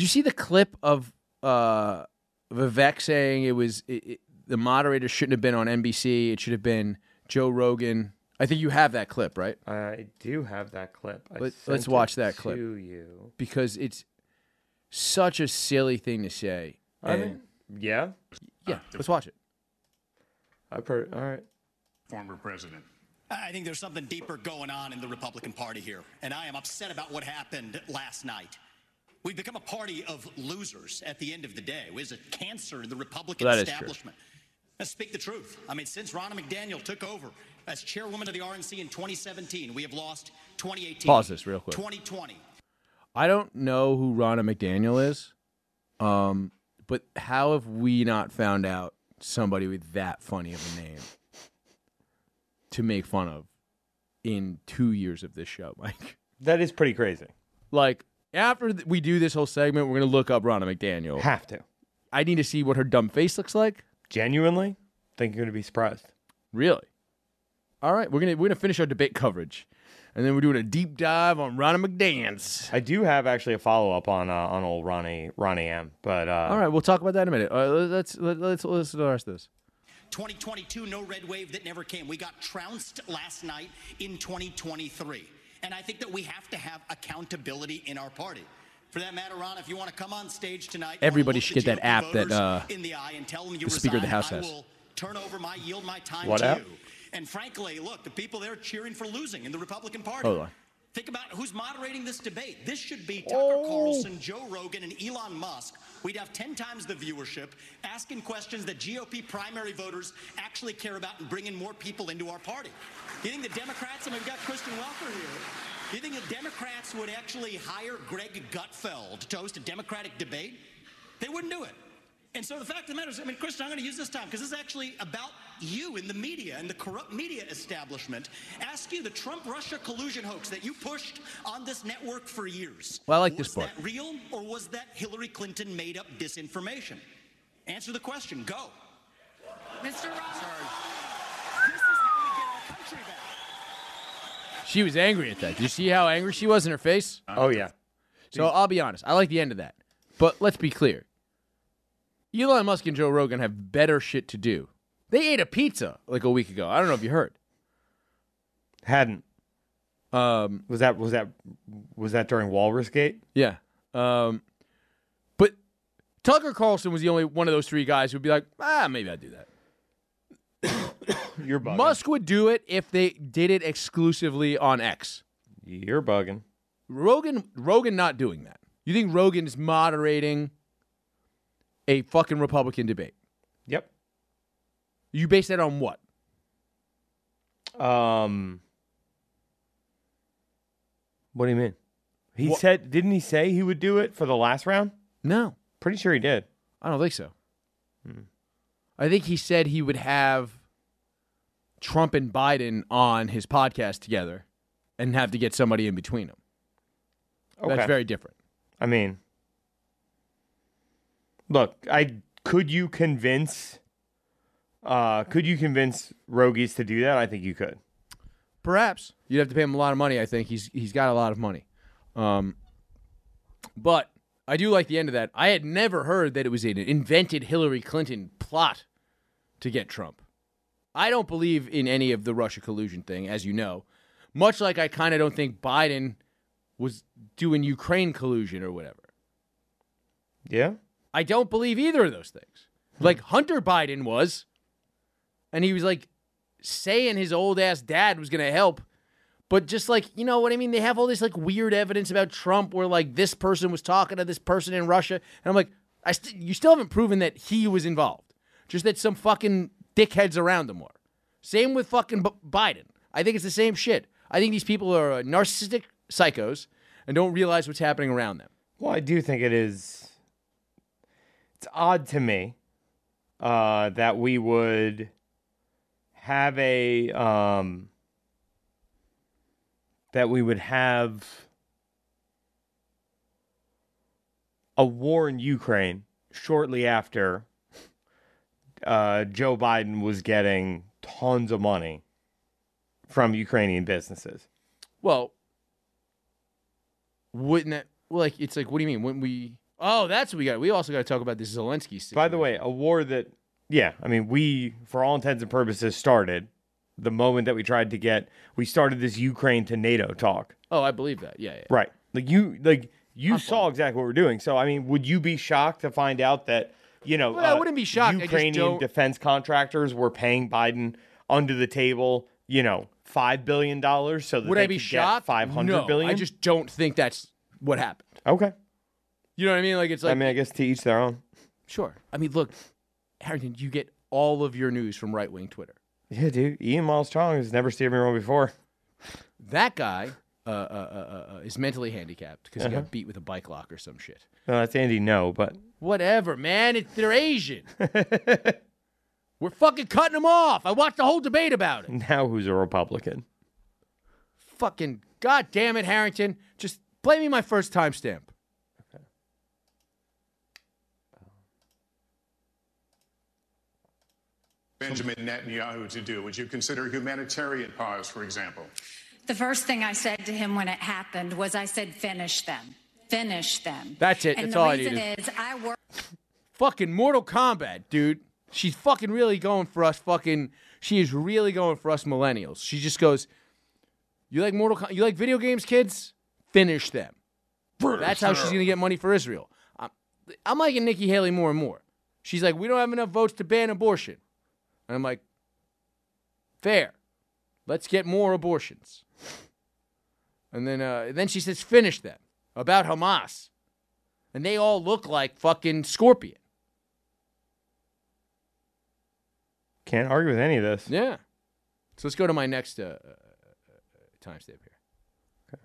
[SPEAKER 1] you see the clip of uh vivek saying it was it, it, the moderator shouldn't have been on nbc it should have been joe rogan i think you have that clip right
[SPEAKER 2] I do have that clip. I
[SPEAKER 1] Let-
[SPEAKER 2] sent
[SPEAKER 1] let's watch
[SPEAKER 2] it
[SPEAKER 1] that clip.
[SPEAKER 2] to you.
[SPEAKER 1] because it's such a silly thing to say
[SPEAKER 2] I
[SPEAKER 1] And-
[SPEAKER 2] mean, yeah.
[SPEAKER 1] yeah let's watch it
[SPEAKER 2] I per- all right.
[SPEAKER 6] former president.
[SPEAKER 7] I think there's something deeper going on in the Republican Party here, and I am upset about what happened last night. We've become a party of losers at the end of the day. It's a cancer in the Republican
[SPEAKER 1] That is true.
[SPEAKER 7] establishment. Let's speak the truth. I mean, since Ronna McDaniel took over as chairwoman of the RNC in 2017, we have lost 2018.
[SPEAKER 1] Pause this real quick.
[SPEAKER 7] 2020.
[SPEAKER 1] I don't know who Ronna McDaniel is, um, but how have we not found out somebody with that funny of a name to make fun of in two years of this show, <laughs> Mike?
[SPEAKER 2] That is pretty crazy.
[SPEAKER 1] Like, after th- we do this whole segment, we're going to look up Ronna McDaniel.
[SPEAKER 2] Have to.
[SPEAKER 1] I need to see what her dumb face looks like.
[SPEAKER 2] Genuinely, think you're gonna be surprised.
[SPEAKER 1] Really? All right, we're gonna we're gonna finish our debate coverage, and then we're doing a deep dive on Ronna McDaniel's.
[SPEAKER 2] I do have actually a follow up on uh, on old Ronnie Ronnie M. But uh,
[SPEAKER 1] All right, we'll talk about that in a minute. All right, let's let, let's let's do the rest of this.
[SPEAKER 7] 2022, no red wave that never came. We got trounced last night in 2023. And I think that we have to have accountability in our party. For that matter, Ron, if you want to come on stage tonight, I wanna
[SPEAKER 1] Everybody
[SPEAKER 7] look
[SPEAKER 1] should
[SPEAKER 7] the
[SPEAKER 1] get that
[SPEAKER 7] GOP
[SPEAKER 1] app that,
[SPEAKER 7] voters
[SPEAKER 1] uh,
[SPEAKER 7] in the eye and tell them you
[SPEAKER 1] the Speaker of the
[SPEAKER 7] resign.
[SPEAKER 1] House
[SPEAKER 7] I
[SPEAKER 1] has.
[SPEAKER 7] will turn over my yield my time
[SPEAKER 2] What
[SPEAKER 7] to
[SPEAKER 2] app?
[SPEAKER 7] you. And frankly, look, the people there cheering for losing in the Republican Party.
[SPEAKER 1] Hold on.
[SPEAKER 7] Think about who's moderating this debate. This should be Tucker Carlson, Joe Rogan, and Elon Musk. We'd have 10 times the viewership asking questions that GOP primary voters actually care about and bringing more people into our party. Do you think the Democrats, and we've got Kristen Welker here, do you think the Democrats would actually hire Greg Gutfeld to host a Democratic debate? They wouldn't do it. And so the fact of the matter is, I mean, Kristen, I'm going to use this time because this is actually about you and the media and the corrupt media establishment. Ask you the Trump Russia collusion hoax that you pushed on this network for years.
[SPEAKER 1] Well, I like this
[SPEAKER 7] was
[SPEAKER 1] part.
[SPEAKER 7] that real or was that Hillary Clinton made up disinformation? Answer the question. Go.
[SPEAKER 8] Mr.
[SPEAKER 7] This
[SPEAKER 8] Ross,
[SPEAKER 7] is how we get our country back.
[SPEAKER 1] She was angry at that. Did you see how angry she was in her face?
[SPEAKER 2] Oh yeah.
[SPEAKER 1] So I'll be honest. I like the end of that. But let's be clear. Elon Musk and Joe Rogan have better shit to do. They ate a pizza like a week ago. I don't know if you heard.
[SPEAKER 2] Hadn't
[SPEAKER 1] Um,
[SPEAKER 2] was that was that was that during Walrus Gate?
[SPEAKER 1] yeah. Um, but Tucker Carlson was the only one of those three guys who'd be like, ah, maybe I'd do that.
[SPEAKER 2] You're bugging.
[SPEAKER 1] Musk would do it if they did it exclusively on X.
[SPEAKER 2] You're bugging.
[SPEAKER 1] Rogan Rogan not doing that. You think Rogan's moderating a fucking Republican debate?
[SPEAKER 2] Yep.
[SPEAKER 1] You base that on what?
[SPEAKER 2] Um. What do you mean? He
[SPEAKER 1] Wha-
[SPEAKER 2] said, didn't he say he would do it for the last round?
[SPEAKER 1] No,
[SPEAKER 2] Pretty sure he did.
[SPEAKER 1] I don't think so. I think he said he would have Trump and Biden on his podcast together and have to get somebody in between them.
[SPEAKER 2] Okay.
[SPEAKER 1] That's very different.
[SPEAKER 2] I mean, look, I could you convince, uh, could you convince Rogies to do that? I think you could.
[SPEAKER 1] Perhaps you'd have to pay him a lot of money. I think he's he's got a lot of money. Um, but I do like the end of that. I had never heard that it was an invented Hillary Clinton plot to get Trump. I don't believe in any of the Russia collusion thing, as you know. Much like I kind of don't think Biden was doing Ukraine collusion or whatever.
[SPEAKER 2] Yeah.
[SPEAKER 1] I don't believe either of those things. Like Hunter Biden was, and he was like saying his old ass dad was going to help. But just like, you know what I mean? They have all this like weird evidence about Trump where like this person was talking to this person in Russia. And I'm like, I st- you still haven't proven that he was involved, just that some fucking dickheads around him were. Same with fucking B- Biden. I think it's the same shit. I think these people are uh, narcissistic psychos and don't realize what's happening around them.
[SPEAKER 2] Well, I do think it is. It's odd to me uh, that we would have a um, that we would have a war in Ukraine shortly after uh, Joe Biden was getting tons of money from Ukrainian businesses.
[SPEAKER 1] Well, wouldn't that well, like it's like what do you mean? Wouldn't we? Oh, that's what we got. We also got to talk about this Zelensky. Situation.
[SPEAKER 2] By the way, a war that, yeah, I mean, we, for all intents and purposes, started the moment that we tried to get, we started this Ukraine to NATO talk.
[SPEAKER 1] oh, I believe that. Yeah, yeah.
[SPEAKER 2] Right. Like, you, like, you saw exactly what we're doing. So, I mean, would you be shocked to find out that, you know, uh,
[SPEAKER 1] Well, I wouldn't be shocked. I just
[SPEAKER 2] Ukrainian
[SPEAKER 1] don't-
[SPEAKER 2] defense contractors were paying Biden under the table, you know, $5 billion so that
[SPEAKER 1] Would
[SPEAKER 2] they
[SPEAKER 1] I be
[SPEAKER 2] could
[SPEAKER 1] shocked?
[SPEAKER 2] Get 500
[SPEAKER 1] no,
[SPEAKER 2] billion?
[SPEAKER 1] I just don't think that's what happened.
[SPEAKER 2] okay.
[SPEAKER 1] You know what I mean? Like it's like
[SPEAKER 2] I mean, I guess to each their own.
[SPEAKER 1] sure. I mean, look, Harrington, you get all of your news from right wing Twitter.
[SPEAKER 2] Yeah, dude. Ian Miles Strong has never seen anyone before.
[SPEAKER 1] That guy uh, uh, uh, uh, is mentally handicapped because he
[SPEAKER 2] Uh-huh.
[SPEAKER 1] got beat with a bike lock or some shit.
[SPEAKER 2] No, that's Andy. No, but
[SPEAKER 1] Whatever, man. It's they're Asian.
[SPEAKER 2] <laughs>
[SPEAKER 1] We're fucking cutting them off. I watched the whole debate about it.
[SPEAKER 2] <laughs> now who's a Republican?
[SPEAKER 1] fucking god damn it, Harrington. Just play me my first timestamp.
[SPEAKER 5] Benjamin Netanyahu to do? Would you consider humanitarian pause, for example?
[SPEAKER 8] The first thing I said to him when it happened was I said, finish them. Finish them.
[SPEAKER 1] That's it.
[SPEAKER 8] And
[SPEAKER 1] That's
[SPEAKER 8] the
[SPEAKER 1] all I
[SPEAKER 8] reason
[SPEAKER 1] needed.
[SPEAKER 8] is I work
[SPEAKER 1] Fucking Mortal Kombat, dude. She's fucking really going for us fucking she is really going for us millennials. She just goes, You like Mortal Kombat? You like video games, kids? Finish them. That's how she's gonna get money for Israel. I'm, I'm liking Nikki Haley more and more. She's like, we don't have enough votes to ban abortion, and I'm like, fair. Let's get more abortions. And then, uh, then she says, finish them about Hamas, and they all look like fucking scorpion.
[SPEAKER 2] Can't argue with any of this.
[SPEAKER 1] Yeah. So let's go to my next uh, uh, uh, timestamp here.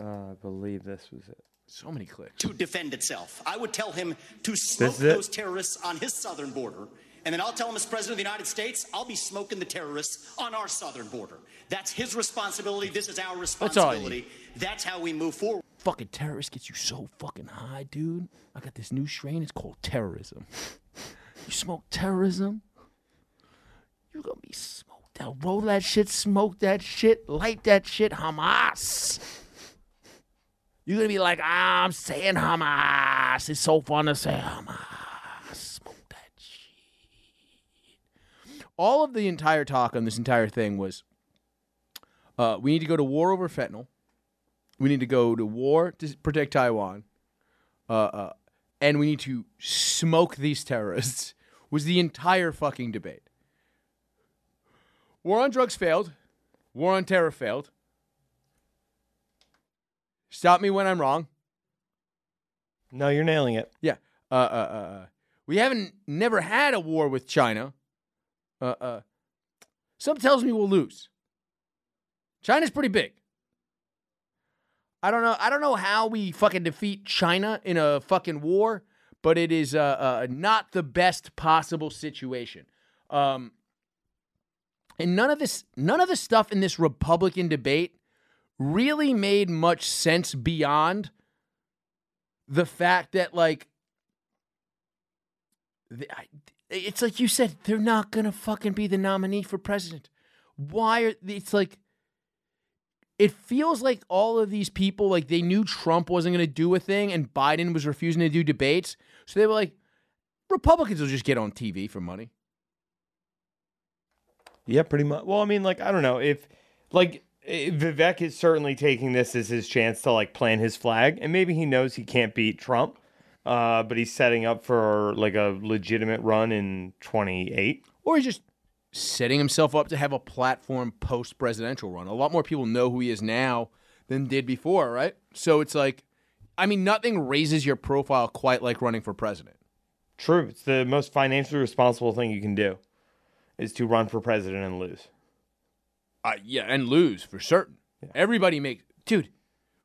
[SPEAKER 2] Uh, I believe this was it.
[SPEAKER 1] So many clicks.
[SPEAKER 7] to defend itself. I would tell him to smoke
[SPEAKER 2] is it?
[SPEAKER 7] those terrorists on his southern border. And then I'll tell him, as president of the United States, I'll be smoking the terrorists on our southern border. That's his responsibility. This is our
[SPEAKER 1] all I need.
[SPEAKER 7] responsibility. That's how we move forward.
[SPEAKER 1] Fucking terrorist gets you so fucking high, dude. I got this new strain. It's called terrorism. <laughs> You smoke terrorism, you're gonna be smoked out. Roll that shit, smoke that shit, light that shit, Hamas. You're gonna be like, I'm saying Hamas. It's so fun to say Hamas. Smoke that shit. All of the entire talk on this entire thing was uh, we need to go to war over fentanyl. We need to go to war to protect Taiwan. Uh, uh, and we need <laughs> to smoke these terrorists was the entire fucking debate. War on drugs failed. War on terror failed. Stop me when I'm wrong.
[SPEAKER 2] No, you're nailing it.
[SPEAKER 1] Yeah. Uh, uh, uh, uh, we haven't never had a war with China. Uh, uh, some tells me we'll lose. China's pretty big. I don't know. I don't know how we fucking defeat China in a fucking war, but it is uh, uh, not the best possible situation. Um, and none of this, none of the stuff in this Republican debate really made much sense beyond the fact that like the- I- it's like you said they're not gonna fucking be the nominee for president why are it's like it feels like all of these people like they knew trump wasn't gonna do a thing and biden was refusing to do debates so they were like republicans will just get on tv for money
[SPEAKER 2] Yeah, pretty much. Well, I mean, like, I don't know if, like, eh, Vivek is certainly taking this as his chance to like plant his flag, and maybe he knows he can't beat Trump, uh, but he's setting up for like a legitimate run in twenty eight.
[SPEAKER 1] or he's just setting himself up to have a platform post presidential run. A lot more people know who he is now than did before, right? So it's like, I mean, nothing raises your profile quite like running for president.
[SPEAKER 2] True, it's the most financially responsible thing you can do, is to run for president and lose.
[SPEAKER 1] Uh, yeah, and lose for certain. Everybody makes, dude,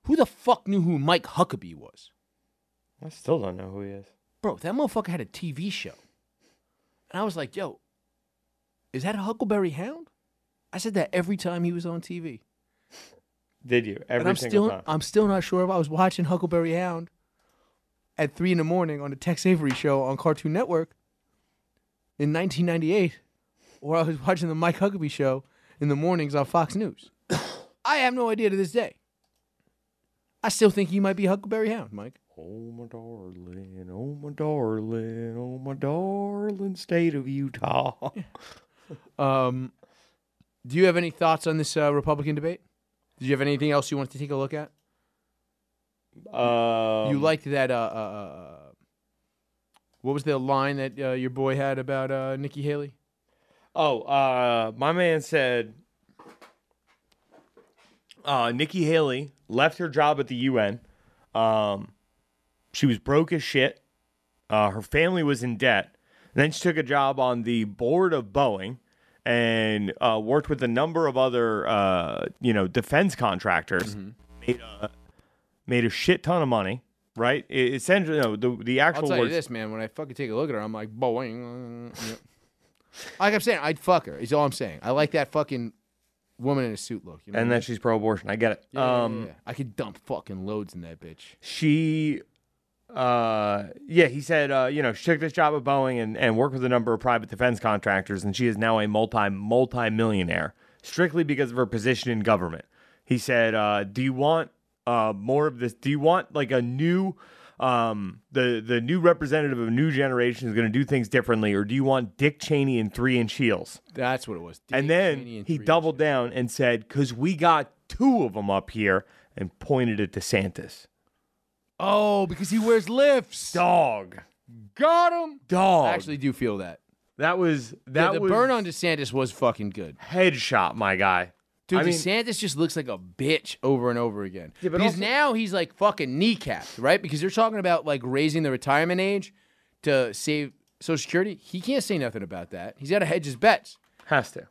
[SPEAKER 1] who the fuck knew who Mike Huckabee was?
[SPEAKER 2] I still don't know who he is.
[SPEAKER 1] Bro, that motherfucker had a TV show. And I was like, yo, is that a Huckleberry Hound? I said that every time he was on TV.
[SPEAKER 2] Did you every
[SPEAKER 1] and I'm
[SPEAKER 2] single
[SPEAKER 1] still
[SPEAKER 2] time?
[SPEAKER 1] I'm still not sure if I was watching Huckleberry Hound at three in the morning on the Tex Avery show on Cartoon Network in 1998, or I was watching the Mike Huckabee show in the mornings on Fox News. <coughs> I have no idea to this day. I still think he might be Huckleberry Hound, Mike.
[SPEAKER 2] Oh my darling, oh my darling, oh my darling state of Utah.
[SPEAKER 1] Um, do you have any thoughts on this uh, Republican debate? Did you have anything else you wanted to take a look at?
[SPEAKER 2] Um,
[SPEAKER 1] you liked that. Uh, uh, uh, what was the line that uh, your boy had about uh, Nikki Haley?
[SPEAKER 2] Oh, uh, my man said uh, Nikki Haley left her job at the UN. Um, she was broke as shit. Uh, her family was in debt. And then she took a job on the board of Boeing and uh, worked with a number of other, uh, you know, defense contractors.
[SPEAKER 1] Mm-hmm.
[SPEAKER 2] Made a made a shit ton of money, right? E- essentially, no, the the
[SPEAKER 1] I'll
[SPEAKER 2] actual
[SPEAKER 1] tell you
[SPEAKER 2] words.
[SPEAKER 1] this, man. When I fucking take a look at her, I'm like, boing. uh, yep. like I'm saying, I'd fuck her. Is all I'm saying. I like that fucking woman in a suit look. You know
[SPEAKER 2] and
[SPEAKER 1] what
[SPEAKER 2] that she's pro-abortion. I get it.
[SPEAKER 1] I mean?
[SPEAKER 2] um,
[SPEAKER 1] Yeah, yeah, yeah. I could dump fucking loads in that bitch.
[SPEAKER 2] she uh yeah he said uh you know she took this job at boeing and, and worked with a number of private defense contractors and she is now a multi multi millionaire strictly because of her position in government he said uh do you want uh more of this do you want like a new um the the new representative of a new generation is going to do things differently or do you want dick cheney and three inch heels
[SPEAKER 1] That's what it was.
[SPEAKER 2] and
[SPEAKER 1] Dick
[SPEAKER 2] then
[SPEAKER 1] Cheney and
[SPEAKER 2] he
[SPEAKER 1] three
[SPEAKER 2] doubled down and said because we got two of them up here and pointed at desantis
[SPEAKER 1] inches. Oh, because he wears lifts.
[SPEAKER 2] dog
[SPEAKER 1] Got him.
[SPEAKER 2] dog.
[SPEAKER 1] I actually do feel that.
[SPEAKER 2] that was
[SPEAKER 1] Yeah,
[SPEAKER 2] that
[SPEAKER 1] the
[SPEAKER 2] was
[SPEAKER 1] burn on DeSantis was fucking good.
[SPEAKER 2] headshot, my guy.
[SPEAKER 1] Dude,
[SPEAKER 2] I mean-
[SPEAKER 1] DeSantis just looks like a bitch over and over again.
[SPEAKER 2] Yeah, but
[SPEAKER 1] because
[SPEAKER 2] also-
[SPEAKER 1] now he's like fucking kneecapped, right? Because you're talking about like raising the retirement age to save Social Security. He can't say nothing about that. He's got to hedge his bets.
[SPEAKER 2] Has to.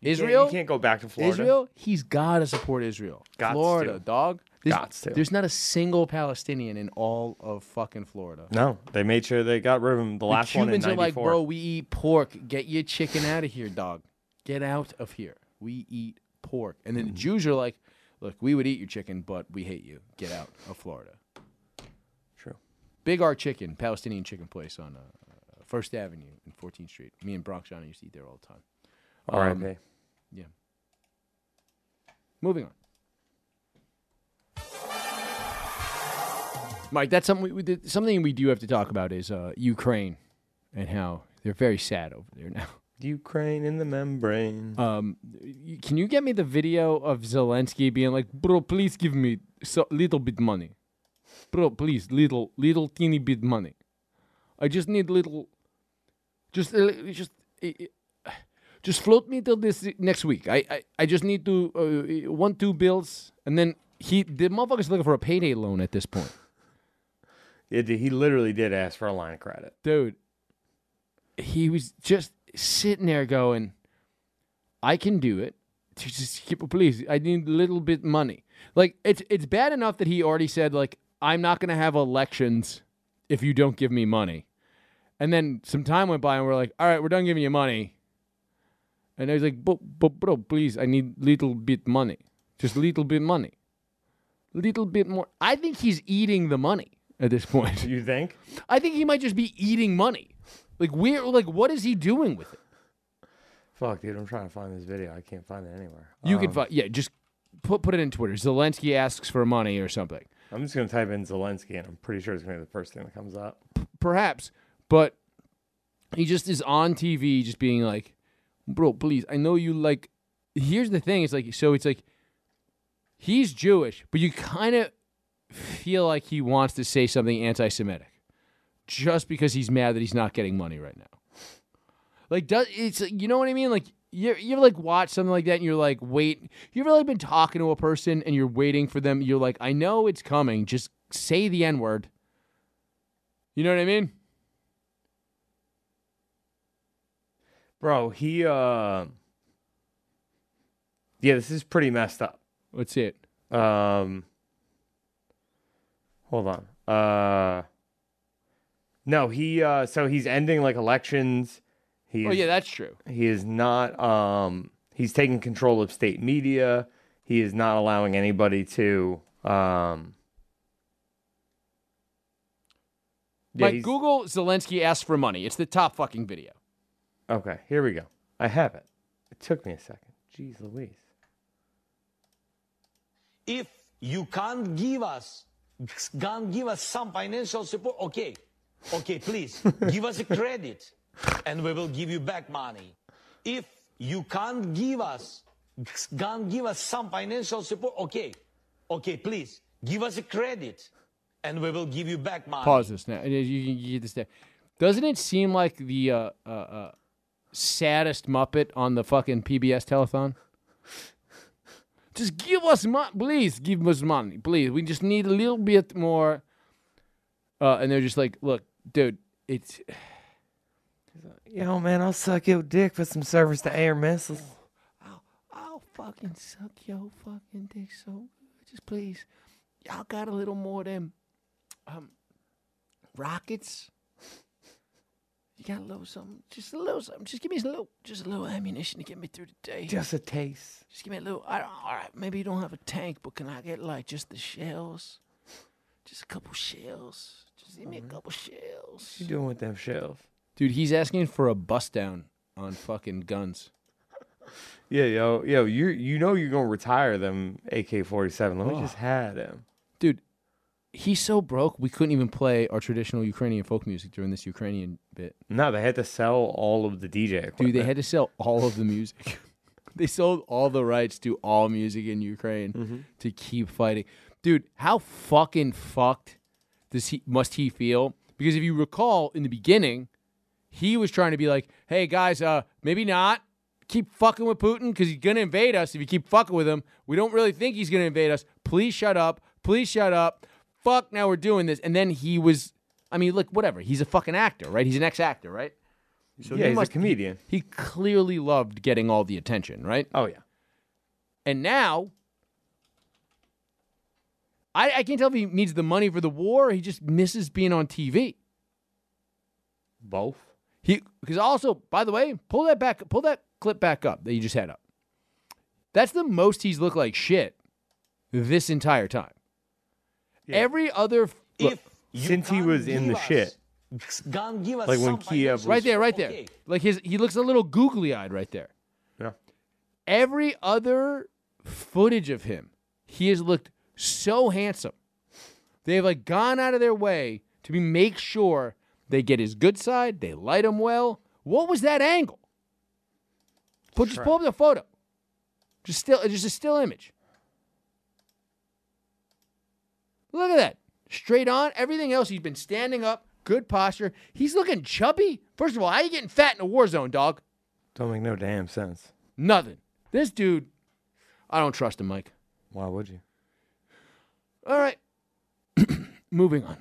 [SPEAKER 1] Israel,
[SPEAKER 2] you can't go back to Florida.
[SPEAKER 1] Israel, he's got to support Israel.
[SPEAKER 2] Gots
[SPEAKER 1] Florida,
[SPEAKER 2] to.
[SPEAKER 1] dog. There's,
[SPEAKER 2] Gots to.
[SPEAKER 1] there's not a single Palestinian in all of fucking Florida.
[SPEAKER 2] No, they made sure they got rid of him.
[SPEAKER 1] The
[SPEAKER 2] The last
[SPEAKER 1] Cubans
[SPEAKER 2] one
[SPEAKER 1] are
[SPEAKER 2] in
[SPEAKER 1] like,
[SPEAKER 2] '94.
[SPEAKER 1] bro, we eat pork. Get your chicken out of here, dog. Get out of here. We eat pork. And
[SPEAKER 2] Mm-hmm.
[SPEAKER 1] then the Jews are like, look, we would eat your chicken, but we hate you. Get out of Florida.
[SPEAKER 2] True.
[SPEAKER 1] Big R Chicken, Palestinian chicken place on uh, uh, First Avenue and 14th Street. Me and Bronx Johnny used to eat there all the time.
[SPEAKER 2] R.I.P.
[SPEAKER 1] Um, Moving on. Mike, that's something we, we did, something we do have to talk about is uh, Ukraine and how they're very sad over there now.
[SPEAKER 2] Ukraine in the membrane.
[SPEAKER 1] Um, y- can you get me the video of Zelensky being like, "Bro, please give me so little bit money, bro, please little little teeny bit uh, money. I just need little, just a li- just." i i uh, just float me till this next week. I I, I just need to uh, one two bills, and then he the motherfucker's looking for a payday loan at this point,
[SPEAKER 2] It, he literally did ask for a line of credit.
[SPEAKER 1] dude. He was just sitting there going, "I can do it." Just keep- please, I need a little bit money. Like it's it's bad enough that he already said like I'm not gonna have elections if you don't give me money. And then some time went by and we're like, all right, we're done giving you money. And I was like, but, but bro, please, I need little bit money. Just little bit money. Little bit more. I think he's eating the money at this point.
[SPEAKER 2] You think?
[SPEAKER 1] I think he might just be eating money. Like where like what is he doing with it?
[SPEAKER 2] Fuck, dude, I'm trying to find this video. I can't find it anywhere. Uh,
[SPEAKER 1] You can find yeah, just put put it in Twitter. Zelensky asks for money or something.
[SPEAKER 2] I'm just gonna type in Zelensky, and I'm pretty sure it's gonna be the first thing that comes up.
[SPEAKER 1] Perhaps, but he just is on TV just being like, "Bro, please, I know you like Here's the thing, it's like so it's like he's Jewish, but you kind of feel like he wants to say something anti-Semitic just because he's mad that he's not getting money right now. Like, does it's you know what I mean? Like, you you ever like watch something like that and you're like, wait, you ever like been talking to a person and you're waiting for them? You're like, I know it's coming. Just say the n word. You know what I mean?
[SPEAKER 2] Bro, he uh Yeah, this is pretty messed up.
[SPEAKER 1] Let's see it.
[SPEAKER 2] Um Hold on. Uh No, he uh so he's ending like elections. He
[SPEAKER 1] Oh
[SPEAKER 2] is,
[SPEAKER 1] yeah, that's true.
[SPEAKER 2] he is not um he's taking control of state media. He is not allowing anybody to um yeah,
[SPEAKER 1] like
[SPEAKER 2] he's-
[SPEAKER 1] Google Zelensky asks for money. It's the top fucking video.
[SPEAKER 2] Okay, here we go. I have it. It took me a second. Jeez Louise.
[SPEAKER 6] if you can't give us can't give us some financial support okay okay
[SPEAKER 2] <laughs>
[SPEAKER 6] please give us a credit and we will give you back money if you can't give us can't give us some financial support okay okay please give us a credit and we will give you back money
[SPEAKER 1] Pause this now. You- You you get this there. Doesn't it seem like the uh, uh, uh, saddest Muppet on the fucking PBS telethon? Just give us money, please. Give us money, please. We just need a little bit more. Uh, and they're just like, look, dude, it's
[SPEAKER 2] Yo, man, I'll suck your dick for some service to air missiles.
[SPEAKER 1] I'll fucking suck your fucking dick so just please. Y'all got a little more of them um rockets. You got a little something, just a little something. Just give me a little, just a little ammunition to get me through the day.
[SPEAKER 2] Just a taste.
[SPEAKER 1] Just give me a little. I don't, all right, maybe you don't have a tank, but can I get like just the shells? Just a couple shells. Just give me a couple shells.
[SPEAKER 2] you doing with them shells?
[SPEAKER 1] Dude, he's asking for a bust down on fucking guns.
[SPEAKER 2] Yeah, yo, yo, you you know you're gonna retire them AK forty seven. Let me just have them.
[SPEAKER 1] dude he's so broke we couldn't even play our traditional ukrainian folk music during this ukrainian bit
[SPEAKER 2] No, they had to sell all of the DJ equipment.
[SPEAKER 1] dude they had to sell all of the music <laughs> they sold all the rights to all music in ukraine to keep fighting dude how fucking fucked does he must he feel because if you recall in the beginning he was trying to be like hey guys uh maybe not keep fucking with putin because he's gonna invade us if you keep fucking with him we don't really think he's gonna invade us please shut up please shut up fuck now we're doing this and then he was i mean look whatever he's a fucking actor right he's an ex-actor right so
[SPEAKER 2] yeah, he's a comedian.
[SPEAKER 1] he clearly loved getting all the attention, right?
[SPEAKER 2] Oh yeah.
[SPEAKER 1] And now, I, I can't tell if he needs the money for the war or he just misses being on TV.
[SPEAKER 2] Both.
[SPEAKER 1] He because also, by the way, pull that back, pull that clip back up that you just had up. That's the most he's looked like shit this entire time. Every other look,
[SPEAKER 6] if you
[SPEAKER 2] Since he
[SPEAKER 6] can't
[SPEAKER 2] was in
[SPEAKER 6] give
[SPEAKER 2] the
[SPEAKER 6] us-
[SPEAKER 2] shit.
[SPEAKER 6] can't give us
[SPEAKER 2] Like when
[SPEAKER 6] some
[SPEAKER 2] Kiev was-
[SPEAKER 1] right there, right there,
[SPEAKER 6] Okay.
[SPEAKER 1] like his he looks a little googly eyed right there.
[SPEAKER 2] Yeah.
[SPEAKER 1] every other footage of him, he has looked so handsome. They've like gone out of their way to be make sure they get his good side, they light him well. What was that angle? Put just pull up the photo. Just still uh, just a still image. Look at that. Straight on. Everything else, he's been standing up, good posture. He's looking chubby. First of all, how you getting fat in a war zone, dog?
[SPEAKER 2] Don't make no damn sense.
[SPEAKER 1] Nothing. This dude, I don't trust him, Mike.
[SPEAKER 2] Why would you?
[SPEAKER 1] All right. <clears throat> Moving on.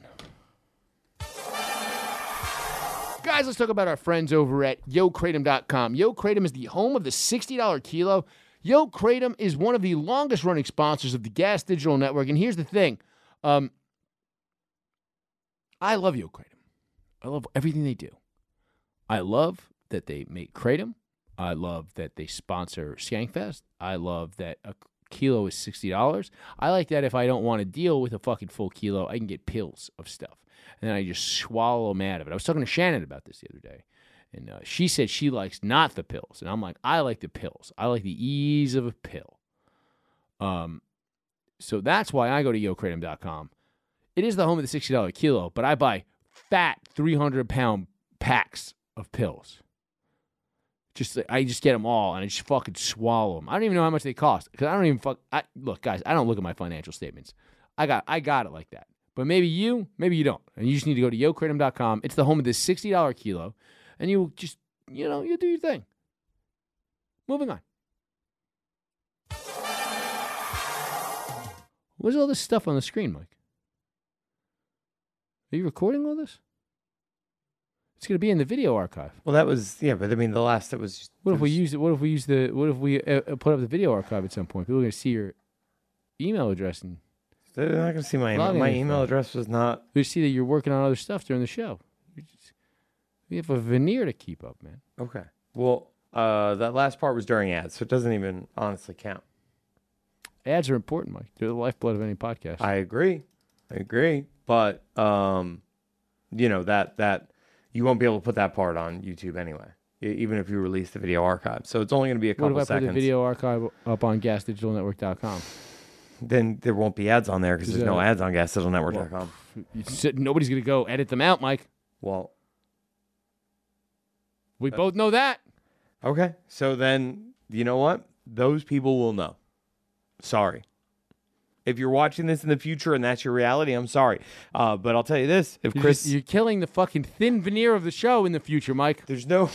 [SPEAKER 1] Guys, let's talk about our friends over at YoKratom.com. Yo Kratom is the home of the $60 kilo. Yo Kratom is one of the longest running sponsors of the Gas Digital Network. And here's the thing um, I love Yo Kratom. I love everything they do. I love that they make Kratom. I love that they sponsor Skankfest. I love that a kilo is $60. I like that if I don't want to deal with a fucking full kilo, I can get pills of stuff. And then I just swallow them out of it. I was talking to Shannon about this the other day. And uh, she said she likes not the pills. And I'm like, I like the pills. I like the ease of a pill. Um, so that's why I go to yokratom.com. It is the home of the $60 kilo, but I buy fat 300 pound packs of pills. Just I just get them all and I just fucking swallow them. I don't even know how much they cost because I don't even fuck. I, look, guys, I don't look at my financial statements. I got I got it like that. But maybe you, maybe you don't, and you just need to go to yokratom.com. It's the home of this sixty dollar kilo, and you just you know you do your thing. Moving on. What's all this stuff on the screen, Mike? Are you recording all this? It's going to be in the video archive.
[SPEAKER 2] Well, that was yeah, but I mean the last that was.
[SPEAKER 1] What if we use it? What if we use the? What if we uh, uh, put up the video archive at some point? People are gonna see your email address and
[SPEAKER 2] They're not gonna see my
[SPEAKER 1] Log
[SPEAKER 2] email. My
[SPEAKER 1] in,
[SPEAKER 2] email
[SPEAKER 1] fine.
[SPEAKER 2] address was not.
[SPEAKER 1] they see that you're working on other stuff during the show. You just- We have a veneer to keep up, man.
[SPEAKER 2] Okay. Well, uh, that last part was during ads, so it doesn't even honestly count.
[SPEAKER 1] Ads are important, Mike. They're the lifeblood of any podcast.
[SPEAKER 2] I agree. I agree. But um, you know that that you won't be able to put that part on YouTube anyway, e- even if you release the video archive. So it's only going to be a
[SPEAKER 1] what
[SPEAKER 2] couple
[SPEAKER 1] if I put
[SPEAKER 2] seconds.
[SPEAKER 1] the video archive up on gasdigitalnetwork.com?
[SPEAKER 2] Then there won't be ads on there because
[SPEAKER 1] Is
[SPEAKER 2] there's no
[SPEAKER 1] that-
[SPEAKER 2] ads on GasSizzleNetwork.com.
[SPEAKER 1] You said Nobody's gonna go edit them out, Mike.
[SPEAKER 2] Well,
[SPEAKER 1] We
[SPEAKER 2] Uh,
[SPEAKER 1] both know that.
[SPEAKER 2] okay. So then you know what? Those people will know. Sorry. If you're watching this in the future and that's your reality, I'm sorry. Uh, but I'll tell you this: if
[SPEAKER 1] You're,
[SPEAKER 2] Chris,
[SPEAKER 1] just- you're killing the fucking thin veneer of the show in the future, Mike.
[SPEAKER 2] there's no. <laughs>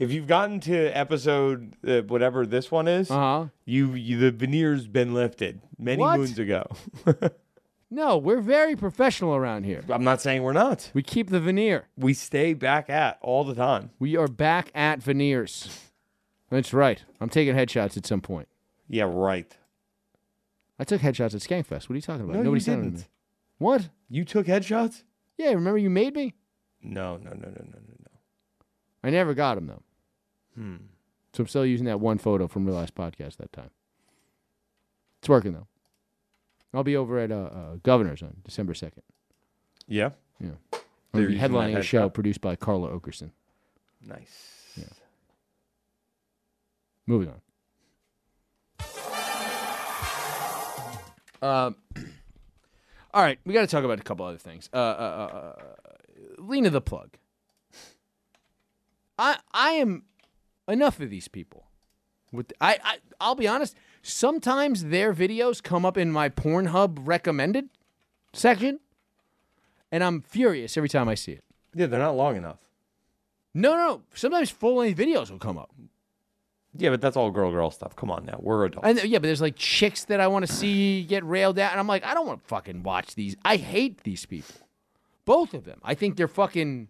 [SPEAKER 2] if you've gotten to episode uh, whatever this one is,
[SPEAKER 1] Uh huh.
[SPEAKER 2] You, you the veneer's been lifted many
[SPEAKER 1] What?
[SPEAKER 2] moons ago. <laughs>
[SPEAKER 1] No, we're very professional around here.
[SPEAKER 2] I'm not saying we're not.
[SPEAKER 1] We keep the veneer.
[SPEAKER 2] We stay back at all the time.
[SPEAKER 1] We are back at veneers. That's right. I'm taking headshots at some point.
[SPEAKER 2] Yeah, right.
[SPEAKER 1] I took headshots at Skankfest. What are you talking about?
[SPEAKER 2] No,
[SPEAKER 1] Nobody
[SPEAKER 2] you
[SPEAKER 1] sounded at
[SPEAKER 2] didn't.
[SPEAKER 1] me. What?
[SPEAKER 2] You took headshots?
[SPEAKER 1] Yeah, remember you made me?
[SPEAKER 2] No, no, no, no, no, no, no.
[SPEAKER 1] I never got him though. Hmm. So I'm still using that one photo from the last podcast that time. It's working though. I'll be over at uh, uh, Governor's on December second.
[SPEAKER 2] Yeah.
[SPEAKER 1] Yeah, I'll
[SPEAKER 2] They're
[SPEAKER 1] be
[SPEAKER 2] using that
[SPEAKER 1] headlining a show
[SPEAKER 2] headshot.
[SPEAKER 1] produced by Carla Okerson.
[SPEAKER 2] Nice.
[SPEAKER 1] Moving on. Um, <clears throat> all right, we got to talk about a couple other things. Uh, uh, uh, uh, Lena the plug. I I am enough of these people. With I, I I'll be honest. Sometimes their videos come up in my Pornhub recommended section, and I'm furious every time I see it.
[SPEAKER 2] Yeah, they're not long enough.
[SPEAKER 1] No, no. Sometimes full length videos will come up.
[SPEAKER 2] Yeah, but that's all girl girl stuff. Come on now. We're adults.
[SPEAKER 1] And yeah, but there's like chicks that I want to see get railed out, and I'm like, I don't want to fucking watch these. I hate these people, both of them. I think they're fucking.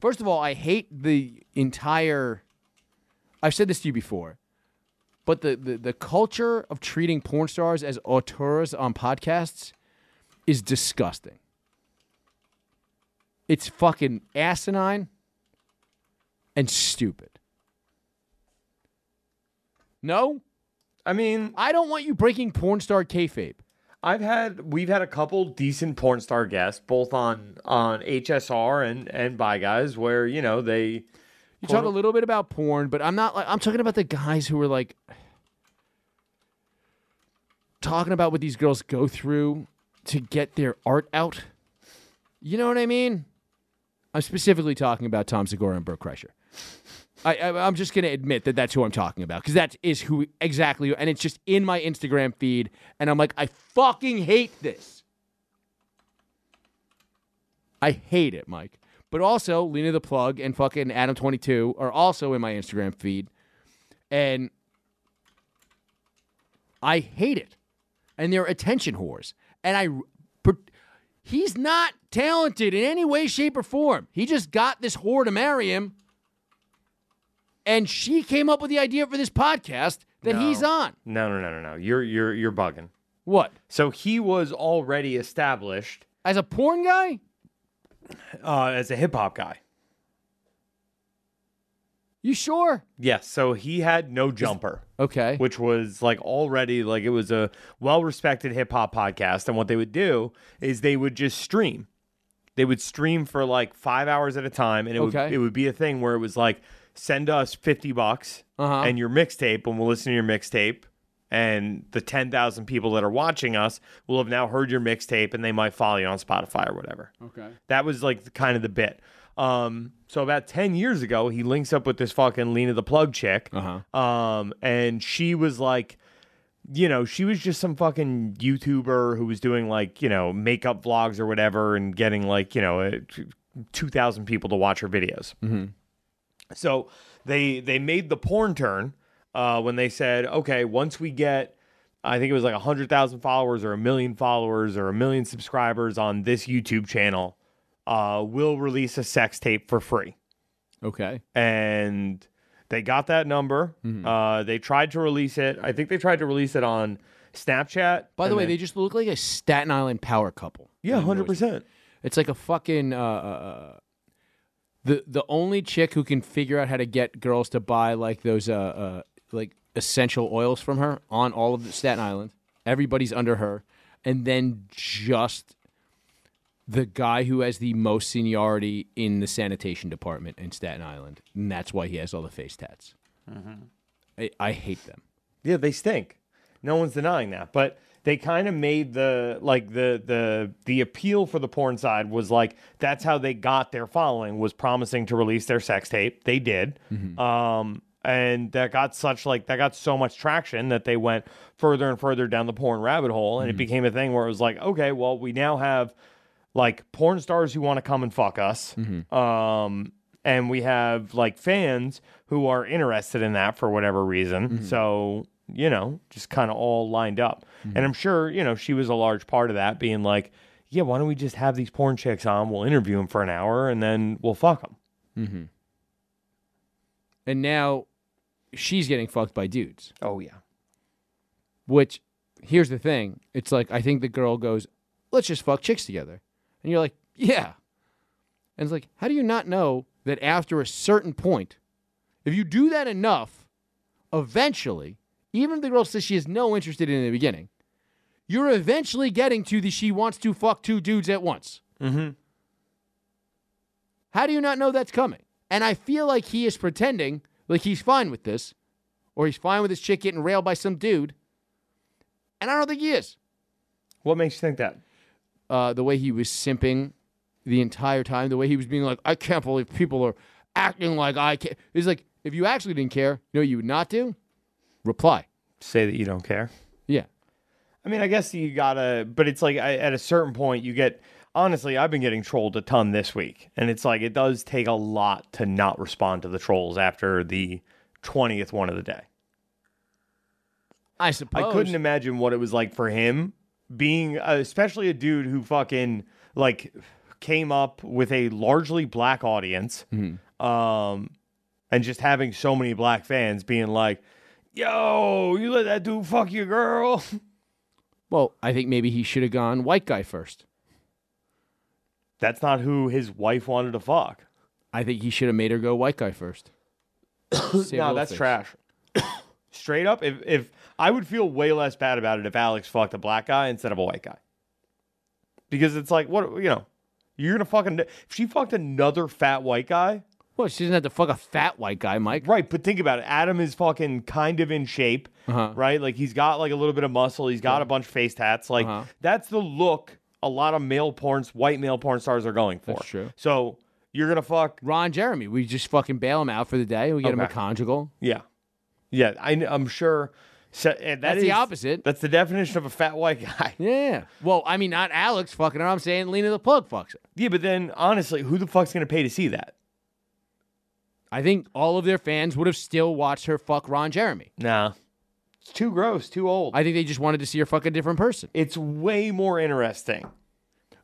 [SPEAKER 1] First of all, I hate the entire. I've said this to you before, but the the, the culture of treating porn stars as auteurs on podcasts is disgusting. It's fucking asinine and stupid. No,
[SPEAKER 2] I mean,
[SPEAKER 1] I don't want you breaking porn star kayfabe.
[SPEAKER 2] I've had we've had a couple decent porn star guests, both on on HSR and and by guys, where you know they
[SPEAKER 1] You talk a little bit about porn, but I'm not like I'm talking about the guys who are like talking about what these girls go through to get their art out. You know what I mean? I'm specifically talking about Tom Segura and Burke Kreischer. I, I I'm just gonna admit that that's who I'm talking about because that is who exactly, and it's just in my Instagram feed, and I'm like, I fucking hate this. I hate it, Mike. But also, Lena the Plug and fucking Adam22 are also in my Instagram feed. And I hate it. And they're attention whores. And I. per- He's not talented in any way, shape, or form. He just got this whore to marry him. And she came up with the idea for this podcast that he's on.
[SPEAKER 2] No, no, no, no, no. You're you're you're bugging.
[SPEAKER 1] What?
[SPEAKER 2] So he was already established
[SPEAKER 1] As a porn guy?
[SPEAKER 2] uh, as a hip hop guy.
[SPEAKER 1] You sure?
[SPEAKER 2] Yes. So he had no jumper.
[SPEAKER 1] Okay.
[SPEAKER 2] which was like already like it was a well-respected hip-hop podcast and what they would do is they would just stream they would stream for like five hours at a time and it, would,
[SPEAKER 1] Okay.
[SPEAKER 2] it would be a thing where it was like send us 50 bucks
[SPEAKER 1] Uh-huh.
[SPEAKER 2] and your mixtape and we'll listen to your mixtape and the 10,000 people that are watching us will have now heard your mixtape and they might follow you on Spotify or whatever. Okay. That was like the, kind of the bit. Um, so about 10 years ago, he links up with this fucking Lena the Plug chick. Uh-huh. Um, and she was like, you know, she was just some fucking YouTuber who was doing like, you know, makeup vlogs or whatever and getting like, you know, uh, 2,000 people to watch her videos. So they they made the porn turn uh, when they said, okay, once we get, I think it was like hundred thousand followers or a million followers or a million subscribers on this YouTube channel, uh, we'll release a sex tape for free.
[SPEAKER 1] Okay.
[SPEAKER 2] And they got that number. Uh, they tried to release it. I think they tried to release it on Snapchat.
[SPEAKER 1] By the
[SPEAKER 2] and
[SPEAKER 1] way,
[SPEAKER 2] then-
[SPEAKER 1] they just look like a Staten Island power couple.
[SPEAKER 2] yeah, hundred percent.
[SPEAKER 1] It's like a fucking uh, uh, uh, the the only chick who can figure out how to get girls to buy like those uh, uh like essential oils from her on all of the Staten Island. Everybody's under her, and then just the guy who has the most seniority in the sanitation department in Staten Island, and that's why he has all the face tats.
[SPEAKER 2] Mm-hmm.
[SPEAKER 1] I, I hate them.
[SPEAKER 2] Yeah, they stink. No one's denying that. But they kind of made the like the the the appeal for the porn side was like that's how they got their following was promising to release their sex tape. They did. Um and that got such like that got so much traction that they went further and further down the porn rabbit hole and it became a thing where it was like okay well we now have like porn stars who want to come and fuck us. Um, and we have like fans who are interested in that for whatever reason. So, you know, just kind of all lined up. And I'm sure, you know, she was a large part of that being like, yeah, why don't we just have these porn chicks on? We'll interview them for an hour and then we'll fuck them.
[SPEAKER 1] And now she's getting fucked by dudes.
[SPEAKER 2] Oh, yeah.
[SPEAKER 1] Which here's the thing. It's like I think the girl goes, "Let's just fuck chicks together," and you're like, "Yeah." And it's like, how do you not know that after a certain point, if you do that enough, eventually, even if the girl says she is no interested in the beginning, you're eventually getting to the she wants to fuck two dudes at once. How do you not know that's coming? And I feel like he is pretending like he's fine with this, or he's fine with his chick getting railed by some dude. And I don't think he is.
[SPEAKER 2] What makes you think that?
[SPEAKER 1] Uh, the way he was simping the entire time, the way he was being like, I can't believe people are acting like I can't. It's like, if you actually didn't care, you know what you would not do? Reply.
[SPEAKER 2] Say that you don't care.
[SPEAKER 1] Yeah.
[SPEAKER 2] I mean, I guess you gotta, but it's like I, at a certain point you get. Honestly, I've been getting trolled a ton this week, and it's like it does take a lot to not respond to the trolls after the twentieth one of the day.
[SPEAKER 1] I suppose.
[SPEAKER 2] I couldn't imagine what it was like for him being, uh, especially a dude who fucking like came up with a largely black audience, um, and just having so many black fans being like, "Yo, you let that dude fuck your girl." <laughs>
[SPEAKER 1] Well, I think maybe he should have gone white guy first.
[SPEAKER 2] That's not who his wife wanted to fuck.
[SPEAKER 1] I think he should have made her go white guy
[SPEAKER 2] <coughs>
[SPEAKER 1] first. Say
[SPEAKER 2] No,
[SPEAKER 1] real
[SPEAKER 2] that's
[SPEAKER 1] face.
[SPEAKER 2] trash. <coughs> Straight up, if if I would feel way less bad about it if Alex fucked a black guy instead of a white guy, because it's like what you know, you're gonna fucking if she fucked another fat white guy,
[SPEAKER 1] Well, she doesn't have to fuck a fat white guy, Mike.
[SPEAKER 2] right? But think about it. Adam is fucking kind of in shape,
[SPEAKER 1] Uh-huh.
[SPEAKER 2] right? Like he's got like a little bit of muscle. He's got a bunch of face tats. Like
[SPEAKER 1] Uh-huh.
[SPEAKER 2] that's the look a lot of male porns, white male porn stars are going for.
[SPEAKER 1] That's true.
[SPEAKER 2] So you're gonna fuck
[SPEAKER 1] Ron Jeremy, we just fucking bail him out for the day. We get him a
[SPEAKER 2] Okay.
[SPEAKER 1] conjugal.
[SPEAKER 2] Yeah, yeah. I, kn- I'm sure So, and that
[SPEAKER 1] That's the
[SPEAKER 2] is-
[SPEAKER 1] opposite.
[SPEAKER 2] That's the definition of a fat white <laughs> guy.
[SPEAKER 1] Yeah. Well, I mean, not Alex fucking her. I'm saying Lena the plug fucks her.
[SPEAKER 2] Yeah, but then honestly, who the fuck's gonna pay to see that?
[SPEAKER 1] I think all of their fans would have still watched her fuck Ron Jeremy.
[SPEAKER 2] Nah, it's too gross, too old.
[SPEAKER 1] I think they just wanted to see her fuck a different person.
[SPEAKER 2] it's way more interesting.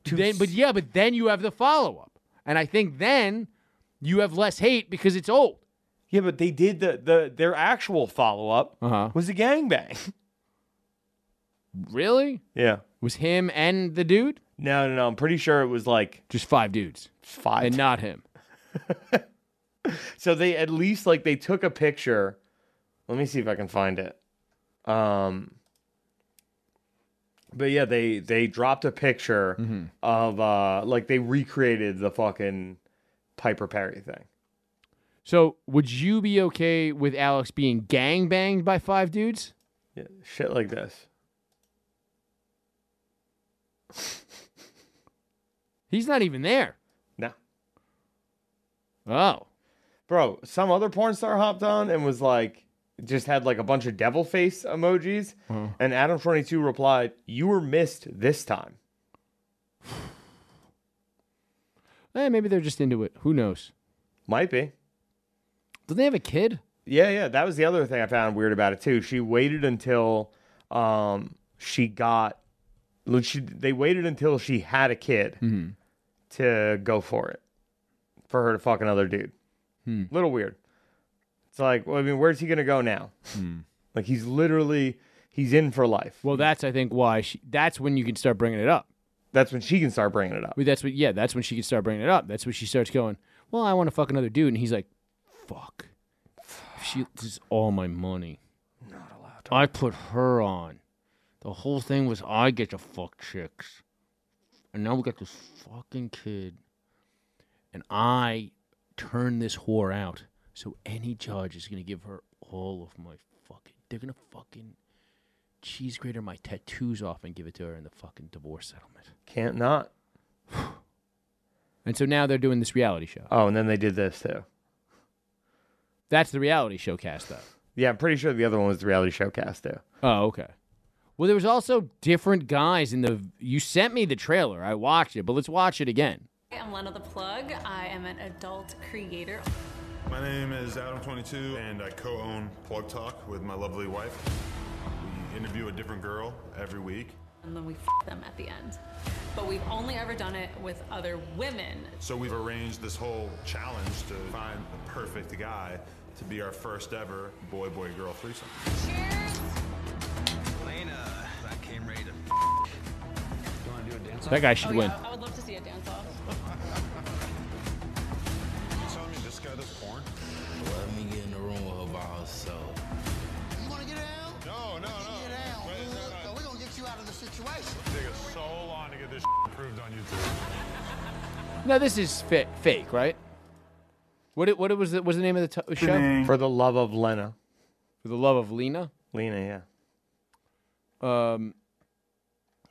[SPEAKER 2] to
[SPEAKER 1] Then, but yeah, but then you have the follow up, and I think then you have less hate because it's old.
[SPEAKER 2] Yeah, but they did the the their actual follow up
[SPEAKER 1] Uh-huh.
[SPEAKER 2] was a gangbang. <laughs>
[SPEAKER 1] Really?
[SPEAKER 2] yeah.
[SPEAKER 1] Was him and the dude
[SPEAKER 2] No, no, no. I'm pretty sure it was like
[SPEAKER 1] just five dudes
[SPEAKER 2] five.
[SPEAKER 1] and not him?
[SPEAKER 2] so they at least like they took a picture. Let me see if I can find it. Um. But yeah, they they dropped a picture of uh like they recreated the fucking Piper Perry thing.
[SPEAKER 1] So, would you be okay with Alex being gang banged by five dudes?
[SPEAKER 2] Yeah, shit like this.
[SPEAKER 1] He's not even there.
[SPEAKER 2] No.
[SPEAKER 1] Oh,
[SPEAKER 2] Bro, some other porn star hopped on and was like, just had like a bunch of devil face emojis. And Adam22 replied, You were missed this time.
[SPEAKER 1] eh, maybe they're just into it. Who knows?
[SPEAKER 2] Might be.
[SPEAKER 1] Don't they have a kid?
[SPEAKER 2] Yeah, yeah. That was the other thing I found weird about it too. She waited until um, she got, she, they waited until she had a kid to go for it, for her to fuck another dude. Little weird. It's like, well, I mean, where's he gonna go now? Like he's literally, he's in for life.
[SPEAKER 1] Well, that's I think why she. That's when you can start bringing it up.
[SPEAKER 2] That's when she can start bringing it up.
[SPEAKER 1] Well, that's what. Yeah, that's when she can start bringing it up. That's when she starts going. Well, I want to fuck another dude, and he's like, "Fuck, If she. This is all my money. Not allowed. I put her on. The whole thing was I get to fuck chicks, and now we got this fucking kid, and I turn this whore out. So any judge is gonna give her all of my fucking. They're gonna fucking cheese grater my tattoos off and give it to her in the fucking divorce settlement.
[SPEAKER 2] Can't not.
[SPEAKER 1] And so now they're doing this reality show.
[SPEAKER 2] Oh, and then they did this too.
[SPEAKER 1] That's the reality show cast, though.
[SPEAKER 2] Yeah, I'm pretty sure the other one was the reality show cast too.
[SPEAKER 1] Oh, okay. Well, there was also different guys in the. You sent me the trailer. I watched it, but let's watch it again.
[SPEAKER 9] I'm Lena the Plug. I am an adult creator.
[SPEAKER 10] My name is Adam22, and I co own Plug Talk with my lovely wife. We interview a different girl every week.
[SPEAKER 9] And then we f them at the end. But we've only ever done it with other women.
[SPEAKER 10] So we've arranged this whole challenge to find the perfect guy to be our first ever boy boy girl threesome.
[SPEAKER 3] Lena, I came ready to
[SPEAKER 1] That guy should
[SPEAKER 9] Oh,
[SPEAKER 1] win.
[SPEAKER 9] yeah, I would love to see a dance off.
[SPEAKER 10] You telling me this guy does porn?
[SPEAKER 11] Let me get in the room with her by herself.
[SPEAKER 3] You want to get out?
[SPEAKER 10] No, no,
[SPEAKER 3] Get out.
[SPEAKER 10] Wait, no, no.
[SPEAKER 3] We're going to get you out of the situation.
[SPEAKER 10] Take us so long to get this approved on YouTube.
[SPEAKER 1] Now this is fa- fake, right? What it, what it was the, was the name of the t- show?
[SPEAKER 2] For the love of Lena.
[SPEAKER 1] For the love of Lena.
[SPEAKER 2] Lena,
[SPEAKER 1] Um.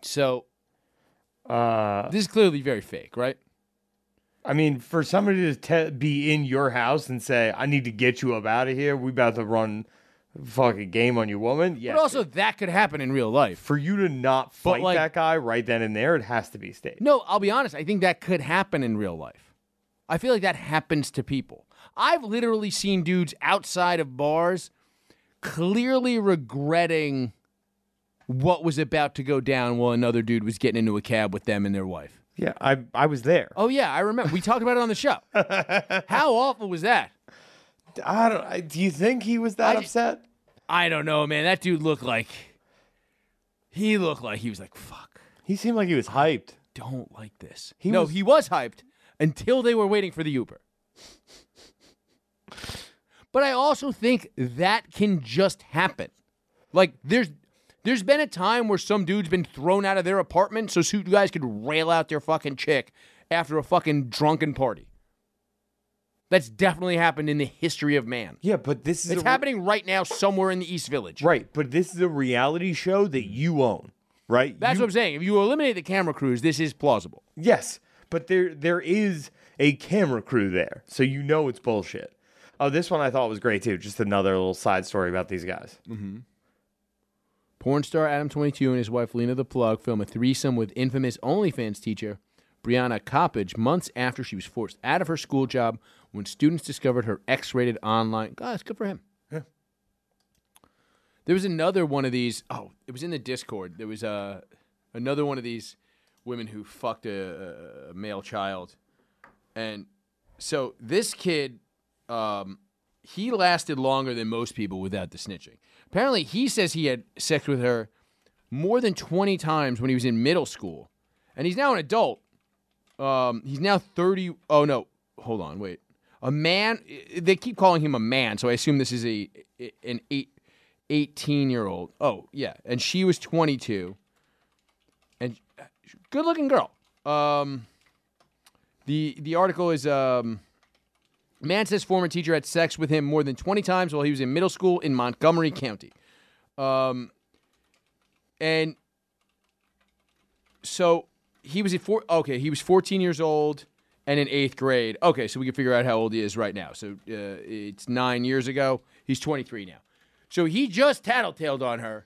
[SPEAKER 1] So
[SPEAKER 2] yeah. Uh,
[SPEAKER 1] this is clearly very fake, right?
[SPEAKER 2] I mean, for somebody to te- be in your house and say, "I need to get you up out of here. We about to run fucking game on you, woman." Yeah.
[SPEAKER 1] But also that could happen in real life.
[SPEAKER 2] for you to not
[SPEAKER 1] But,
[SPEAKER 2] fight
[SPEAKER 1] like-
[SPEAKER 2] that guy right then and there, it has to be staged.
[SPEAKER 1] No, I'll be honest. I think that could happen in real life. I feel like that happens to people. I've literally seen dudes outside of bars clearly regretting what was about to go down while another dude was getting into a cab with them and their wife.
[SPEAKER 2] Yeah, I I was there.
[SPEAKER 1] Oh, yeah, I remember. We talked about it on the show. How awful was that?
[SPEAKER 2] I don't. I, do you think he was that
[SPEAKER 1] I-
[SPEAKER 2] upset?
[SPEAKER 1] I don't know, man. That dude looked like. He looked like he was like, fuck,
[SPEAKER 2] He seemed like he was hyped.
[SPEAKER 1] don't like this.
[SPEAKER 2] He
[SPEAKER 1] no,
[SPEAKER 2] was-
[SPEAKER 1] he was hyped until they were waiting for the Uber. But I also think that can just happen. Like there's there's been a time where some dude's been thrown out of their apartment so suit guys could rail out their fucking chick after a fucking drunken party. That's definitely happened in the history of man.
[SPEAKER 2] Yeah, but this is
[SPEAKER 1] It's
[SPEAKER 2] a re-
[SPEAKER 1] happening right now somewhere in the East Village.
[SPEAKER 2] Right, but this is a reality show that you own, right?
[SPEAKER 1] That's
[SPEAKER 2] You-
[SPEAKER 1] what I'm saying. If you eliminate the camera crews, this is plausible.
[SPEAKER 2] Yes, but there there is a camera crew there, so you know it's bullshit. Oh, this one I thought was great too. Just another little side story about these guys. Mm-hmm.
[SPEAKER 1] Porn star Adam22 and his wife Lena the Plug film a threesome with infamous OnlyFans teacher Brianna Coppage months after she was forced out of her school job when students discovered her X rated online. God, it's good for him.
[SPEAKER 2] Yeah.
[SPEAKER 1] There was another one of these. Oh, it was in the Discord. There was uh, another one of these women who fucked a, a- a male child. And so this kid, um, he lasted longer than most people without the snitching. Apparently, he says he had sex with her more than 20 times when he was in middle school. And he's now an adult. Um, he's now 30. Oh, no. Hold on. Wait. A man. They keep calling him a man, so I assume this is a an eight, 18 year old. Oh, yeah. And she was 22. And good looking girl. Um, the the article is um, man says former teacher had sex with him more than 20 times while he was in middle school in Montgomery County. Um, and so he was at four. Okay, he was 14 years old and in eighth grade. Okay, so we can figure out how old he is right now. So uh, it's nine years ago. He's 23 now. So he just tattletaled on her.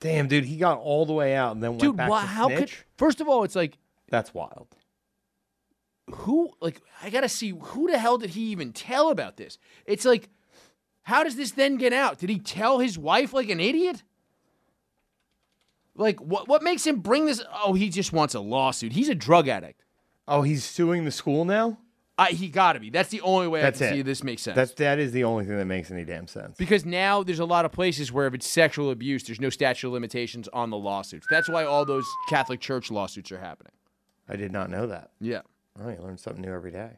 [SPEAKER 2] Damn, dude, he got all the way out and then went
[SPEAKER 1] Dude,
[SPEAKER 2] back
[SPEAKER 1] why,
[SPEAKER 2] to
[SPEAKER 1] how could?
[SPEAKER 2] snitch?
[SPEAKER 1] First of all, it's like
[SPEAKER 2] That's wild.
[SPEAKER 1] who like I gotta see who the hell did he even tell about this? It's like, how does this then get out? Did he tell his wife like an idiot? Like what what makes him bring this? Oh, he just wants a lawsuit. He's a drug addict.
[SPEAKER 2] Oh, he's suing the school now.
[SPEAKER 1] I, he gotta be. That's the only way
[SPEAKER 2] That's
[SPEAKER 1] I can
[SPEAKER 2] it.
[SPEAKER 1] see this makes sense.
[SPEAKER 2] That's that is the only thing that makes any damn sense.
[SPEAKER 1] because now there's a lot of places where if it's sexual abuse, there's no statute of limitations on the lawsuits. That's why all those Catholic Church lawsuits are happening.
[SPEAKER 2] I did not know that.
[SPEAKER 1] Yeah.
[SPEAKER 2] Oh, you learn something new every day.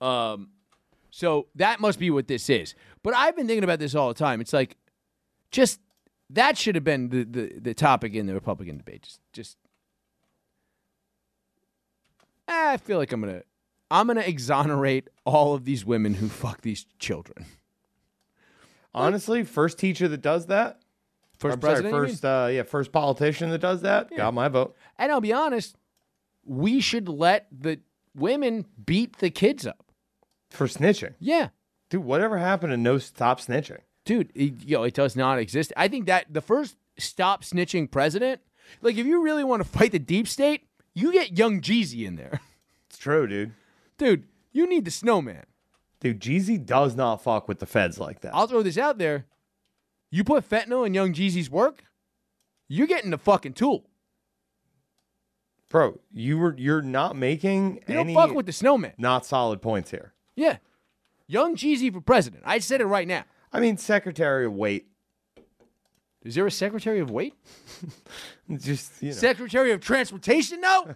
[SPEAKER 1] Um, so that must be what this is. But I've been thinking about this all the time. It's like, just that should have been the, the, the topic in the Republican debate. Just, just I feel like I'm gonna I'm gonna exonerate all of these women who fuck these children.
[SPEAKER 2] Honestly, first teacher that does that,
[SPEAKER 1] First
[SPEAKER 2] I'm
[SPEAKER 1] president, you
[SPEAKER 2] sorry, first uh, yeah, first politician that does that, got my vote.
[SPEAKER 1] And I'll be honest, we should let the women beat the kids up.
[SPEAKER 2] for snitching.
[SPEAKER 1] Yeah.
[SPEAKER 2] Dude, whatever happened to no stop snitching?
[SPEAKER 1] dude it, yo it does not exist i think that the first stop snitching president like if you really want to fight the deep state you get young jeezy in there <laughs>
[SPEAKER 2] It's true, dude.
[SPEAKER 1] dude you need the snowman
[SPEAKER 2] Dude, Jeezy does not fuck with the feds like that.
[SPEAKER 1] i'll throw this out there you put fentanyl in young jeezy's work you're getting the fucking tool
[SPEAKER 2] Bro, you were you're not making
[SPEAKER 1] you
[SPEAKER 2] any
[SPEAKER 1] don't fuck with the snowman
[SPEAKER 2] not solid points here.
[SPEAKER 1] yeah young jeezy for president i said it right now
[SPEAKER 2] I mean, Secretary of Weight.
[SPEAKER 1] is there a secretary of weight
[SPEAKER 2] Just you know.
[SPEAKER 1] secretary of transportation no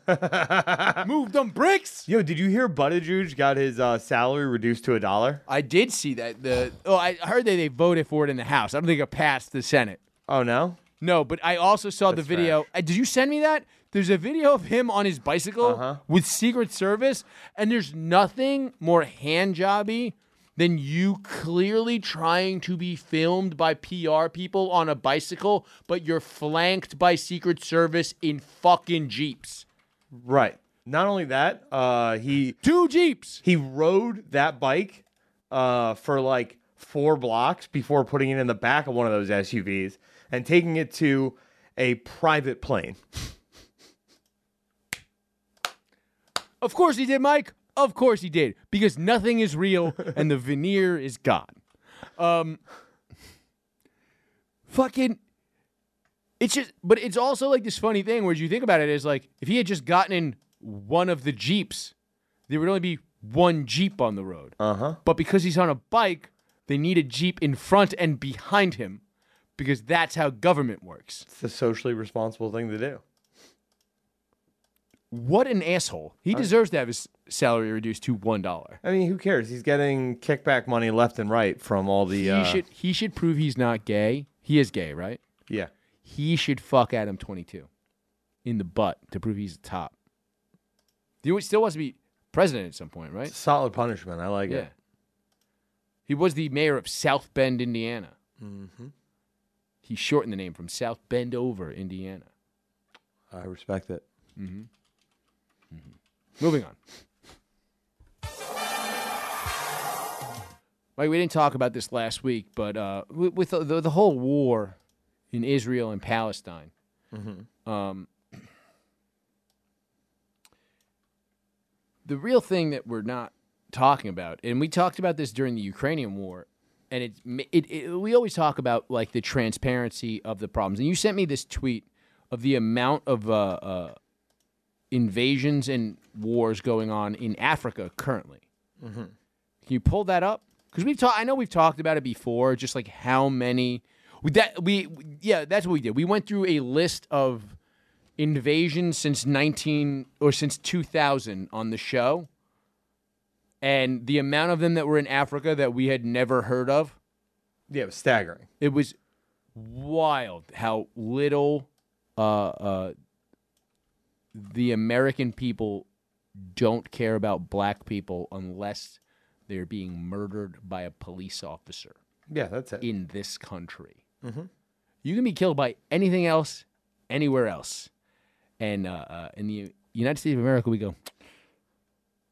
[SPEAKER 1] <laughs> move them bricks
[SPEAKER 2] Yo, did you hear Buttigieg got his uh, salary reduced to a dollar?
[SPEAKER 1] I did see that the oh I heard that they voted for it in the House. I don't think it passed the Senate.
[SPEAKER 2] Oh no?
[SPEAKER 1] No, but I also saw
[SPEAKER 2] That's
[SPEAKER 1] the video. Uh, Did you send me that? There's a video of him on his bicycle with Secret Service, and there's nothing more hand jobby than you clearly trying to be filmed by PR people on a bicycle, but you're flanked by Secret Service in fucking jeeps.
[SPEAKER 2] Right. Not only that, uh, he
[SPEAKER 1] Two jeeps.
[SPEAKER 2] he rode that bike uh, for like four blocks before putting it in the back of one of those SUVs and taking it to a private plane.
[SPEAKER 1] Of course he did, Mike. Of course he did, because nothing is real and the veneer is gone. Um, fucking, it's just, but it's also like this funny thing where you think about it is like if he had just gotten in one of the jeeps, there would only be one jeep on the road.
[SPEAKER 2] Uh huh.
[SPEAKER 1] But because he's on a bike, they need a jeep in front and behind him, because that's how government works.
[SPEAKER 2] It's the socially responsible thing to do.
[SPEAKER 1] What an asshole! He deserves to have his salary reduced to one dollar.
[SPEAKER 2] I mean, who cares? He's getting kickback money left and right from all the. uh,
[SPEAKER 1] He should he should prove he's not gay. He is gay, right?
[SPEAKER 2] Yeah.
[SPEAKER 1] He should fuck Adam twenty two in the butt to prove he's the top. He still wants to be president at some point, right?
[SPEAKER 2] It's a solid punishment. I like it.
[SPEAKER 1] He was the mayor of South Bend, Indiana.
[SPEAKER 2] Mm-hmm.
[SPEAKER 1] He shortened the name from South Bend over Indiana.
[SPEAKER 2] I respect it.
[SPEAKER 1] Moving on. Mike, we didn't talk about this last week, but uh, with, with the, the whole war in Israel and Palestine.
[SPEAKER 2] Mhm.
[SPEAKER 1] Um, the real thing that we're not talking about, and we talked about this during the Ukrainian war, and it, it, it we always talk about like the transparency of the problems. And you sent me this tweet of the amount of uh, uh, invasions and wars going on in Africa currently.
[SPEAKER 2] Mm-hmm.
[SPEAKER 1] Can you pull that up? Because we've talked. I know we've talked about it before. Just like how many we, that we yeah, that's what we did. We went through a list of invasions since nineteen or since two thousand on the show, and the amount of them that were in Africa that we had never heard of.
[SPEAKER 2] Yeah, it was staggering.
[SPEAKER 1] It was wild how little uh, uh, the American people don't care about black people unless they're being murdered by a police officer.
[SPEAKER 2] Yeah, that's it.
[SPEAKER 1] In this country,
[SPEAKER 2] Mm-hmm.
[SPEAKER 1] you can be killed by anything else, anywhere else. And uh, uh, in the United States of America, we go,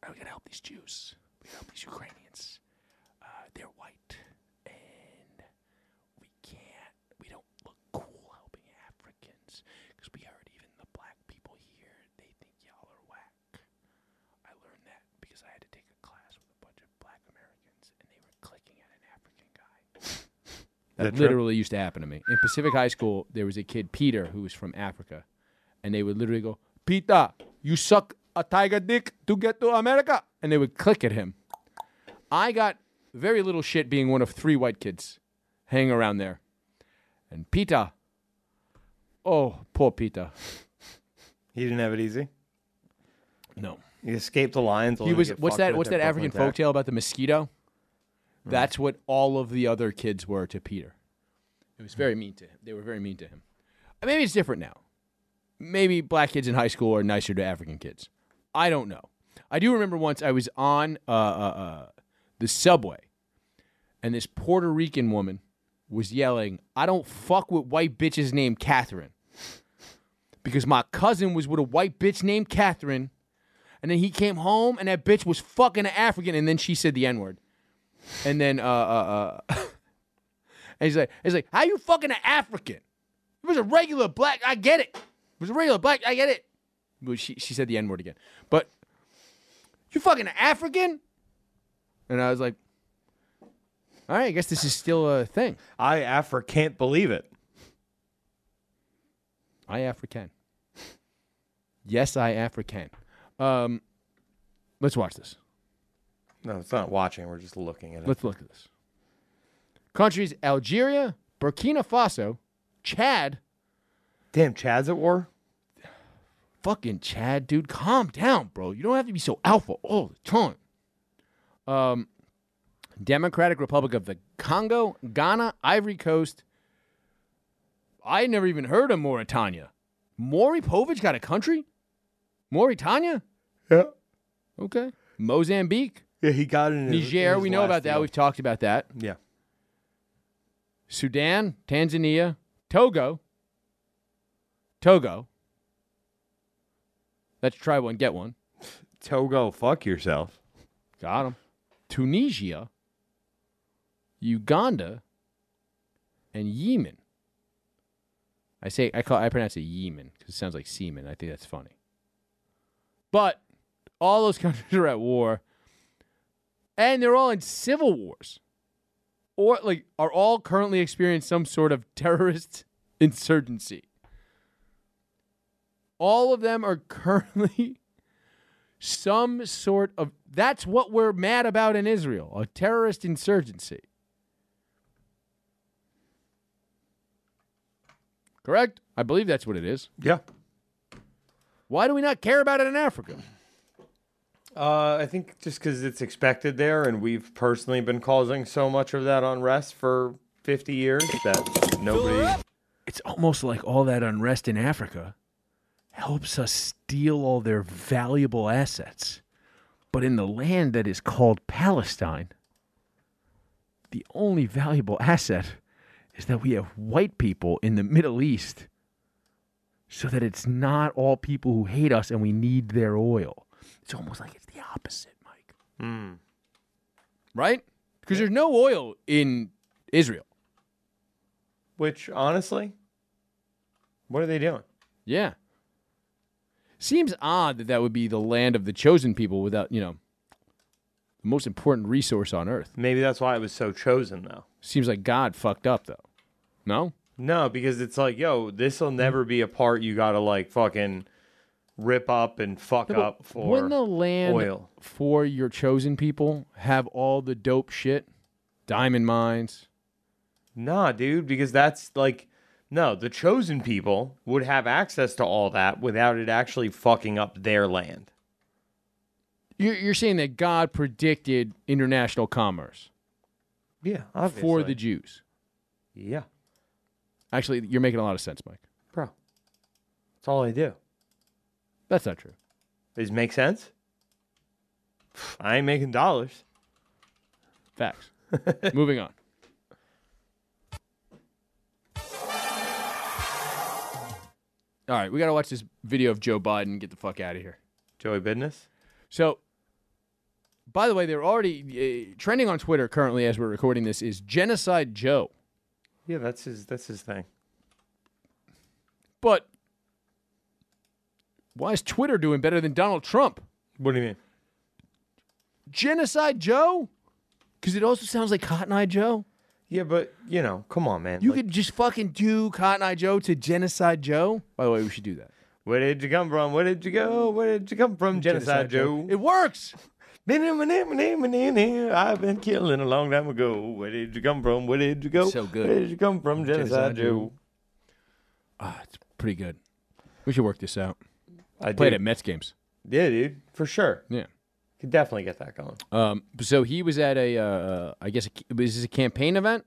[SPEAKER 1] are we going to help these Jews? We gotta help these Ukrainians. Uh, they're white. Because we heard even the black people here, they think y'all are whack. I learned that because I had to take a class with a bunch of black Americans and they were clicking at an African guy. <laughs> That
[SPEAKER 2] Is that true?
[SPEAKER 1] literally used to happen to me. In Pacific High School, there was a kid, Peter, who was from Africa, and they would literally go, Peter, you suck a tiger dick to get to America. And they would click at him. I got very little shit being one of three white kids hanging around there. And Peter, oh, poor Peter.
[SPEAKER 2] He didn't have it easy.
[SPEAKER 1] No.
[SPEAKER 2] He escaped the lions.
[SPEAKER 1] He was what's that? What's that Hmm. African folktale about the mosquito? That's what all of the other kids were to Peter. It was very mean to him. They were very mean to him. Uh, Maybe it's different now. Maybe black kids in high school are nicer to African kids. I don't know. I do remember once I was on uh, uh, uh, the subway, and this Puerto Rican woman was yelling, "I don't fuck with white bitches named Catherine," because my cousin was with a white bitch named Catherine, and then he came home and that bitch was fucking an African, and then she said the N word, and then uh uh <laughs> uh, and he's like, he's like, "How you fucking an African?" It was a regular black. I get it. It was a regular black. I get it. But she she said the N word again. But you fucking an African? And I was like, all right, I guess this is still a thing.
[SPEAKER 2] I Afra can't believe it.
[SPEAKER 1] I African. Yes, I African. Um, let's watch this.
[SPEAKER 2] No, it's not watching. We're just looking at it.
[SPEAKER 1] Let's look at this. Countries Algeria, Burkina Faso, Chad.
[SPEAKER 2] Damn, Chad's at war?
[SPEAKER 1] Fucking Chad, dude. Calm down, bro. You don't have to be so alpha all the time. Um, Democratic Republic of the Congo, Ghana, Ivory Coast. I never even heard of Mauritania. Maury Povich got a country? Mauritania?
[SPEAKER 2] Yeah.
[SPEAKER 1] Okay. Mozambique.
[SPEAKER 2] Yeah, he got it. In his- in
[SPEAKER 1] Niger,
[SPEAKER 2] his
[SPEAKER 1] we know
[SPEAKER 2] last
[SPEAKER 1] about that.
[SPEAKER 2] deal.
[SPEAKER 1] We've talked about that.
[SPEAKER 2] Yeah.
[SPEAKER 1] Sudan, Tanzania, Togo. Togo. Let's try one, get one.
[SPEAKER 2] Togo, fuck yourself.
[SPEAKER 1] Got him. Tunisia, Uganda, and Yemen. I say I call I pronounce it Yemen because it sounds like semen. I think that's funny. But all those <laughs> countries are at war, and they're all in civil wars, or like are all currently experiencing some sort of <laughs> terrorist insurgency. All of them are currently some sort of that's what we're mad about in Israel a terrorist insurgency. Correct? I believe that's what it is.
[SPEAKER 2] Yeah.
[SPEAKER 1] Why do we not care about it in Africa?
[SPEAKER 2] Uh, I think just because it's expected there, and we've personally been causing so much of that unrest for 50 years that nobody.
[SPEAKER 1] It's almost like all that unrest in Africa helps us steal all their valuable assets. But in the land that is called Palestine, the only valuable asset is that we have white people in the Middle East so that it's not all people who hate us and we need their oil. It's almost like it's the opposite, Mike. Right? Because there's no oil in Israel.
[SPEAKER 2] Which, honestly, What are they doing?
[SPEAKER 1] Yeah. Seems odd that that would be the land of the chosen people without, you know, the most important resource on earth.
[SPEAKER 2] Maybe that's why it was so chosen, though.
[SPEAKER 1] Seems like God fucked up, though. No?
[SPEAKER 2] No, because it's like, yo, this
[SPEAKER 1] Mm.
[SPEAKER 2] will never be a part you gotta like fucking rip up and fuck
[SPEAKER 1] No, but
[SPEAKER 2] up for
[SPEAKER 1] Wouldn't the land
[SPEAKER 2] oil.
[SPEAKER 1] for your chosen people have all the dope shit? Diamond mines.
[SPEAKER 2] Nah, dude, because that's like, no, the chosen people would have access to all that without it actually fucking up their land.
[SPEAKER 1] You're, you're saying that God predicted international commerce
[SPEAKER 2] Yeah,
[SPEAKER 1] for the
[SPEAKER 2] obviously.
[SPEAKER 1] Jews.
[SPEAKER 2] Yeah,
[SPEAKER 1] Actually, you're making a lot of sense, Mike.
[SPEAKER 2] bro, that's all I do.
[SPEAKER 1] That's not true.
[SPEAKER 2] Does it make sense? I ain't making dollars.
[SPEAKER 1] Facts. Moving on. All right, we got to watch this video of Joe Biden get the fuck out of here.
[SPEAKER 2] Joey Business.
[SPEAKER 1] So, by the way, they're already uh, trending on Twitter currently as we're recording this is Genocide Joe.
[SPEAKER 2] Yeah, that's his. That's his thing.
[SPEAKER 1] But why is Twitter doing better than Donald Trump?
[SPEAKER 2] What do you mean?
[SPEAKER 1] Genocide Joe? Because it also sounds like Cotton Eye Joe.
[SPEAKER 2] Yeah, but you know, come on, man.
[SPEAKER 1] You
[SPEAKER 2] Like,
[SPEAKER 1] could just fucking do Cotton Eye Joe to Genocide Joe. By the way, we should do that.
[SPEAKER 2] where did you come from? Where did you go? Where did you come from, Genocide, Joe? <laughs>
[SPEAKER 1] It works.
[SPEAKER 2] I've been killing a long time ago. Where did you come from? Where did you go?
[SPEAKER 1] So good.
[SPEAKER 2] Where did you come from,
[SPEAKER 1] Genocide
[SPEAKER 2] Genocide, Joe?
[SPEAKER 1] Joe. Ah, it's pretty good. We should work this out.
[SPEAKER 2] I
[SPEAKER 1] Played
[SPEAKER 2] do.
[SPEAKER 1] at Mets games.
[SPEAKER 2] Yeah, dude, for sure.
[SPEAKER 1] Yeah.
[SPEAKER 2] Could definitely get that going.
[SPEAKER 1] Um. So he was at a, uh, uh, I guess, a, is this a campaign event?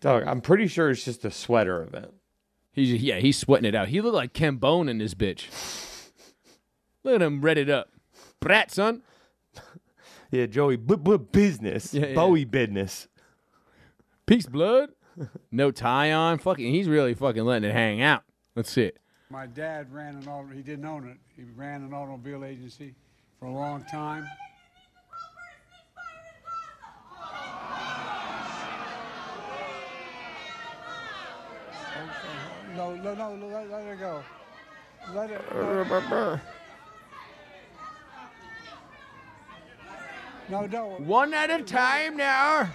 [SPEAKER 2] Dog, I'm pretty sure it's just a sweater event.
[SPEAKER 1] He's yeah, he's sweating it out. He looked like Ken Bone in this bitch. Look at him, read it up, brat son.
[SPEAKER 2] Yeah, Joey, b- b- business,
[SPEAKER 1] Yeah, yeah.
[SPEAKER 2] Bowie business.
[SPEAKER 1] Peace, blood. No tie on. Fucking, he's really fucking letting it hang out. Let's see it.
[SPEAKER 12] My dad ran an auto, he didn't own it. He ran an automobile agency for a long time. No, no, no, let, let it go. Let it no. No, no,
[SPEAKER 1] One at a time now.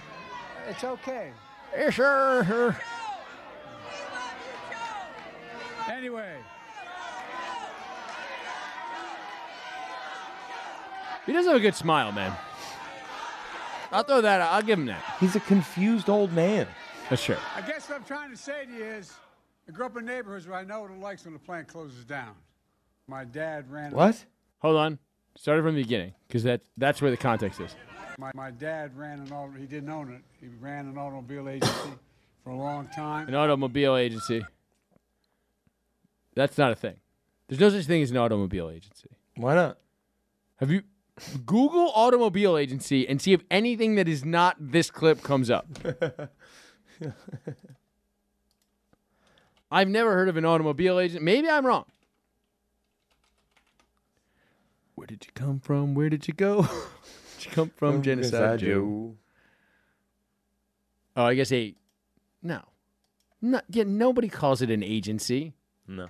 [SPEAKER 12] it's okay.
[SPEAKER 1] Yes, sir.
[SPEAKER 12] Anyway,
[SPEAKER 1] He does have a good smile, man. I'll throw that. out. I'll give him that.
[SPEAKER 2] He's a confused old man.
[SPEAKER 1] That's true.
[SPEAKER 12] I guess what I'm trying to say to you is I grew up in neighborhoods where I know what it likes when the plant closes down. My dad ran
[SPEAKER 2] What?
[SPEAKER 1] Hold on. Start it from the beginning, because that that's where the context is.
[SPEAKER 12] My, my dad ran an auto, he didn't own it. He ran an automobile agency for a long time.
[SPEAKER 1] An automobile agency. That's not a thing. There's no such thing as an automobile agency.
[SPEAKER 2] Why not?
[SPEAKER 1] Have you Google automobile agency and see if anything that is not this clip comes up? I've never heard of an automobile agent. Maybe I'm wrong. Where did you come from? Where did you go? <laughs> did you come
[SPEAKER 2] Oh,
[SPEAKER 1] from, Genocide Joe? Oh, I guess a no, not yeah. Nobody calls it an agency.
[SPEAKER 2] No.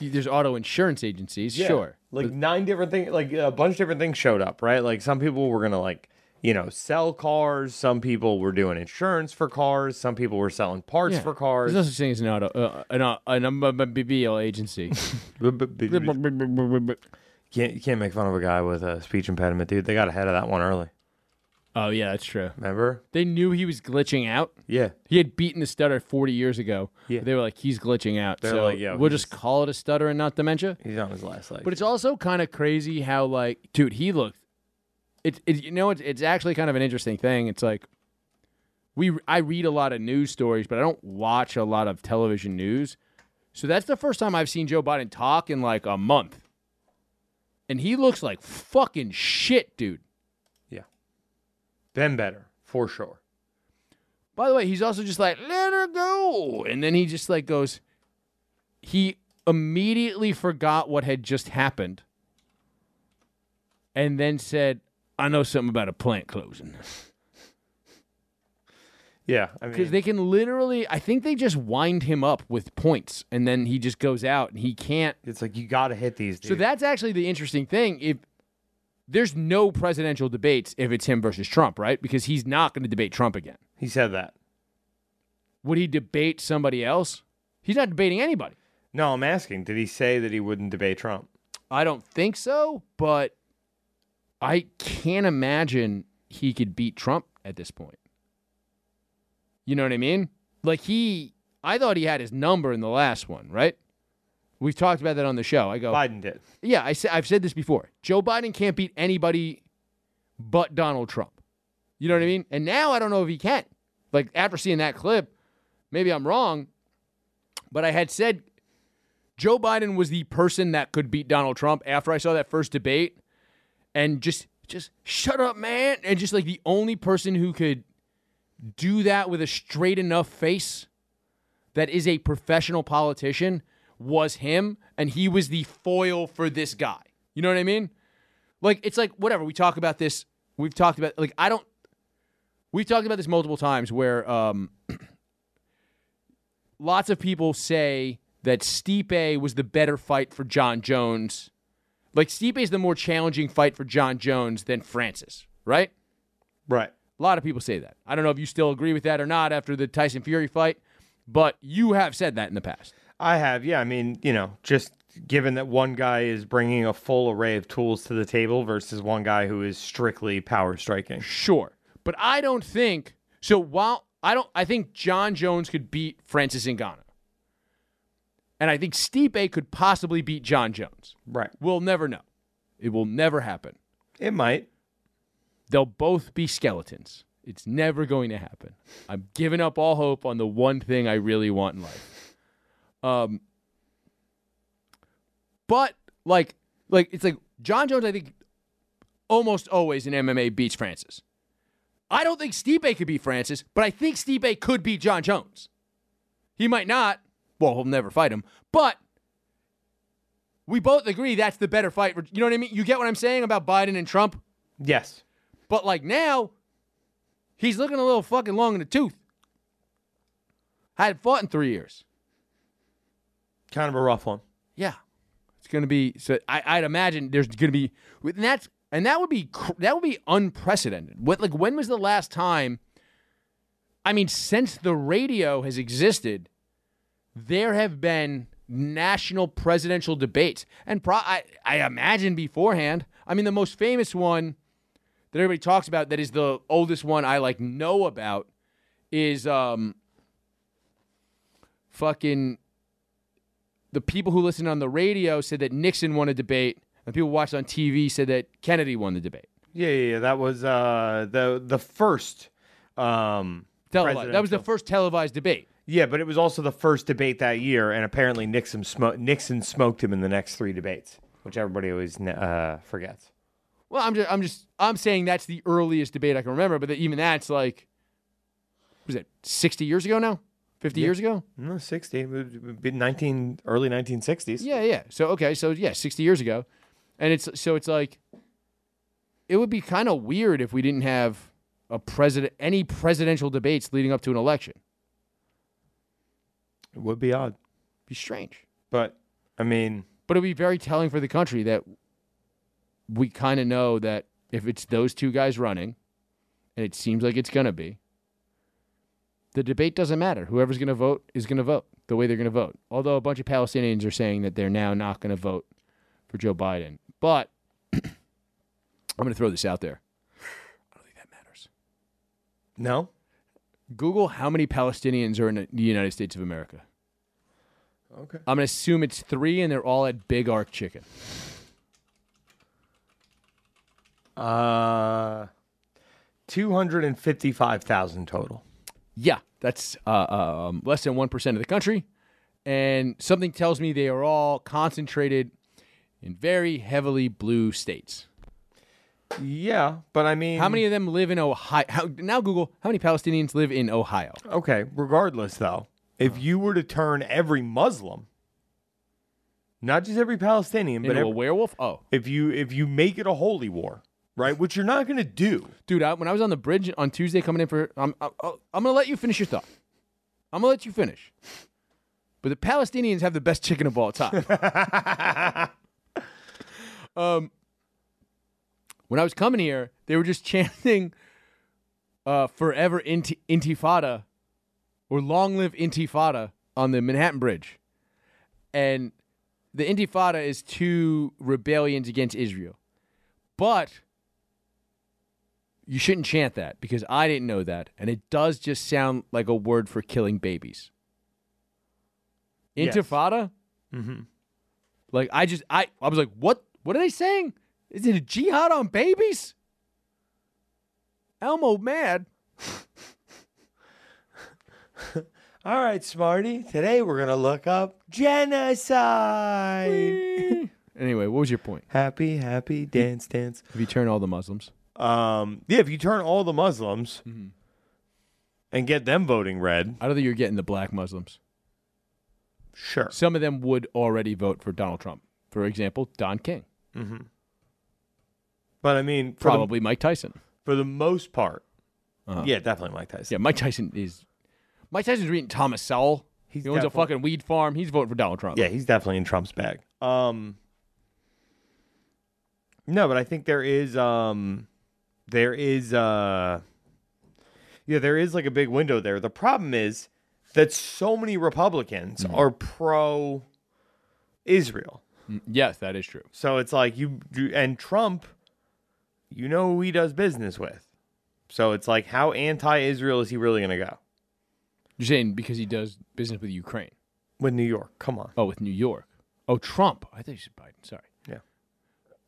[SPEAKER 1] Y- There's auto insurance agencies,
[SPEAKER 2] Yeah,
[SPEAKER 1] sure.
[SPEAKER 2] Like nine different things, like a bunch of different things showed up, right? Like some people were gonna like, you know, sell cars. Some people were doing insurance for cars. Some people were selling parts
[SPEAKER 1] Yeah.
[SPEAKER 2] for cars.
[SPEAKER 1] There's no such thing as an auto, uh, an, au- an automobile
[SPEAKER 2] <laughs>
[SPEAKER 1] agency.
[SPEAKER 2] can't you can't make fun of a guy with a speech impediment, dude. They got ahead of that one early.
[SPEAKER 1] oh yeah, that's true.
[SPEAKER 2] Remember?
[SPEAKER 1] They knew he was glitching out.
[SPEAKER 2] Yeah.
[SPEAKER 1] He had beaten the stutter 40 years ago.
[SPEAKER 2] Yeah.
[SPEAKER 1] They were like, he's glitching out.
[SPEAKER 2] They're
[SPEAKER 1] so
[SPEAKER 2] like, "Yo,
[SPEAKER 1] we'll
[SPEAKER 2] he's-
[SPEAKER 1] just call it a stutter and not dementia.
[SPEAKER 2] He's on his last leg.
[SPEAKER 1] But it's also kind of crazy how like, dude, he looked. It's it, you know it's it's actually kind of an interesting thing. It's like we I read a lot of news stories, but I don't watch a lot of television news. So that's the first time I've seen Joe Biden talk in like a month, and he looks like fucking shit, dude.
[SPEAKER 2] been better for sure.
[SPEAKER 1] By the way, he's also just like, let her go. And then he just like goes, he immediately forgot what had just happened and then said, I know something about a plant closing.
[SPEAKER 2] Yeah, I
[SPEAKER 1] because they can literally. I think they just wind him up with points, and then he just goes out, and he can't.
[SPEAKER 2] It's like you got to hit these.
[SPEAKER 1] So that's actually the interesting thing. If there's no presidential debates, if it's him versus Trump, right? Because he's not going to debate Trump again.
[SPEAKER 2] He said that.
[SPEAKER 1] Would he debate somebody else? He's not debating anybody.
[SPEAKER 2] No, I'm asking. Did he say that he wouldn't debate Trump?
[SPEAKER 1] I don't think so, but I can't imagine he could beat Trump at this point. You know what I mean? Like he, I thought he had his number in the last one, right? We've talked about that on the show. I go,
[SPEAKER 2] Biden did.
[SPEAKER 1] yeah, I have said this before. Joe Biden can't beat anybody but Donald Trump. You know what I mean? And now I don't know if he can. Like after seeing that clip, maybe I'm wrong, but I had said Joe Biden was the person that could beat Donald Trump after I saw that first debate and just just shut up, man, and just like the only person who could do that with a straight enough face that is a professional politician was him and he was the foil for this guy. You know what I mean? Like it's like whatever we talk about this, we've talked about like I don't we've talked about this multiple times where um <clears throat> lots of people say that Stipe was the better fight for John Jones. Like Stipe is the more challenging fight for John Jones than Francis, right?
[SPEAKER 2] Right.
[SPEAKER 1] A lot of people say that. I don't know if you still agree with that or not after the Tyson Fury fight, but you have said that in the past.
[SPEAKER 2] I have, yeah. I mean, you know, just given that one guy is bringing a full array of tools to the table versus one guy who is strictly power striking.
[SPEAKER 1] Sure. But I don't think so. While I don't, I think John Jones could beat Francis Ngannou, and I think Stipe could possibly beat John Jones.
[SPEAKER 2] Right.
[SPEAKER 1] We'll never know. It will never happen.
[SPEAKER 2] It might.
[SPEAKER 1] They'll both be skeletons. It's never going to happen. I'm giving up all hope on the one thing I really want in life. Um. But like, like it's like John Jones. I think almost always in MMA beats Francis. I don't think Stipe could beat Francis, but I think Stipe could beat John Jones. He might not. Well, he'll never fight him, but we both agree that's the better fight. for- You know what I mean? You get what I'm saying about Biden and Trump?
[SPEAKER 2] Yes.
[SPEAKER 1] But like now, he's looking a little fucking long in the tooth. Hadn't fought in three years.
[SPEAKER 2] Kind of a rough one.
[SPEAKER 1] Yeah, it's gonna be. So I, I'd imagine there's gonna be, and that's and that would be cr- that would be unprecedented. What like when was the last time? I mean, since the radio has existed, there have been national presidential debates, and pro- I I imagine beforehand. I mean, the most famous one that everybody talks about that is the oldest one I like know about is um fucking the people who listened on the radio said that Nixon won a debate, and people who watched on TV said that Kennedy won the debate.
[SPEAKER 2] Yeah, yeah, yeah. That was uh the the first um
[SPEAKER 1] Televised. That was the
[SPEAKER 2] presidential-
[SPEAKER 1] first televised debate.
[SPEAKER 2] Yeah, but it was also the first debate that year, and apparently Nixon smo- Nixon smoked him in the next three debates, which everybody always ne- uh, forgets.
[SPEAKER 1] Well, I'm just, I'm just, I'm saying that's the earliest debate I can remember. But that even that's like, what was it 60 years ago now? 50
[SPEAKER 2] Yeah.
[SPEAKER 1] years ago?
[SPEAKER 2] No, sixty, it would be nineteen, early nineteen sixties.
[SPEAKER 1] Yeah, yeah. So okay, so yeah, 60 years ago, and it's so it's like, it would be kind of weird if we didn't have a president, any presidential debates leading up to an election.
[SPEAKER 2] It would be odd,
[SPEAKER 1] be strange.
[SPEAKER 2] But I mean,
[SPEAKER 1] But it'd be very telling for the country that we kind of know that if it's those two guys running, and it seems like it's going to be, the debate doesn't matter. Whoever's going to vote is going to vote the way they're going to vote. Although a bunch of Palestinians are saying that they're now not going to vote for Joe Biden. But <clears throat> I'm going to throw this out there.
[SPEAKER 2] no,
[SPEAKER 1] Google how many Palestinians are in the United States of America.
[SPEAKER 2] okay,
[SPEAKER 1] I'm going to assume it's three, and they're all at Big Ark Chicken.
[SPEAKER 2] uh, two hundred and fifty-five thousand total.
[SPEAKER 1] Yeah, that's uh, um, less than 1% of the country. And something tells me they are all concentrated in very heavily blue states.
[SPEAKER 2] Yeah, but I mean,
[SPEAKER 1] How many of them live in Ohio? How, now, Google, how many Palestinians live in Ohio?
[SPEAKER 2] Okay, regardless though, if you were to turn every Muslim, not just every Palestinian, but
[SPEAKER 1] Into a
[SPEAKER 2] every,
[SPEAKER 1] werewolf? Oh,
[SPEAKER 2] if you if you make it a holy war, right? Which you're not going to do,
[SPEAKER 1] dude. I, when I was on the bridge on Tuesday coming in for, I'm I, I'm gonna let you finish your thought. I'm gonna let you finish. But the Palestinians have the best chicken of all time. um, when I was coming here, they were just <laughs> chanting uh, "Forever Inti- Intifada" or "Long Live Intifada" on the Manhattan Bridge, and the Intifada is two rebellions against Israel. But you shouldn't chant that because I didn't know that, and it does just sound like a word for killing babies.
[SPEAKER 2] Yes.
[SPEAKER 1] Intifada.
[SPEAKER 2] Mm-hmm.
[SPEAKER 1] Like I just I I was like, what what are they saying? Is it a jihad on babies? Elmo mad. <laughs>
[SPEAKER 2] All right, Smarty. Today we're gonna look up genocide.
[SPEAKER 1] Anyway, what was your point?
[SPEAKER 2] Happy, happy dance, dance.
[SPEAKER 1] If you turn all the Muslims,
[SPEAKER 2] Um, yeah, if you turn all the Muslims
[SPEAKER 1] Mm-hmm.
[SPEAKER 2] and get them voting red,
[SPEAKER 1] I don't think you're getting the black Muslims.
[SPEAKER 2] Sure.
[SPEAKER 1] Some of them would already vote for Donald Trump. For example, Don King,
[SPEAKER 2] mm-hmm. but I mean, for the-
[SPEAKER 1] probably Mike Tyson.
[SPEAKER 2] for the most part,
[SPEAKER 1] Uh-huh.
[SPEAKER 2] yeah, definitely Mike Tyson.
[SPEAKER 1] Yeah, Mike Tyson is. Mike Tyson's reading Thomas Sowell. he owns a
[SPEAKER 2] definitely-
[SPEAKER 1] fucking weed farm. He's voting for Donald Trump.
[SPEAKER 2] Yeah, he's definitely in Trump's bag. Um No, but I think there is um there is uh Yeah, there is like a big window there. The problem is that so many Republicans
[SPEAKER 1] Mm-hmm.
[SPEAKER 2] are pro Israel.
[SPEAKER 1] Mm, Yes, that is true.
[SPEAKER 2] So it's like you you- and Trump you know who he does business with. So it's like how anti-Israel is he really going to go?
[SPEAKER 1] You're saying because he does business with Ukraine.
[SPEAKER 2] With New York. Come on.
[SPEAKER 1] Oh, with New York. Oh, Trump. I think you said Biden. Sorry.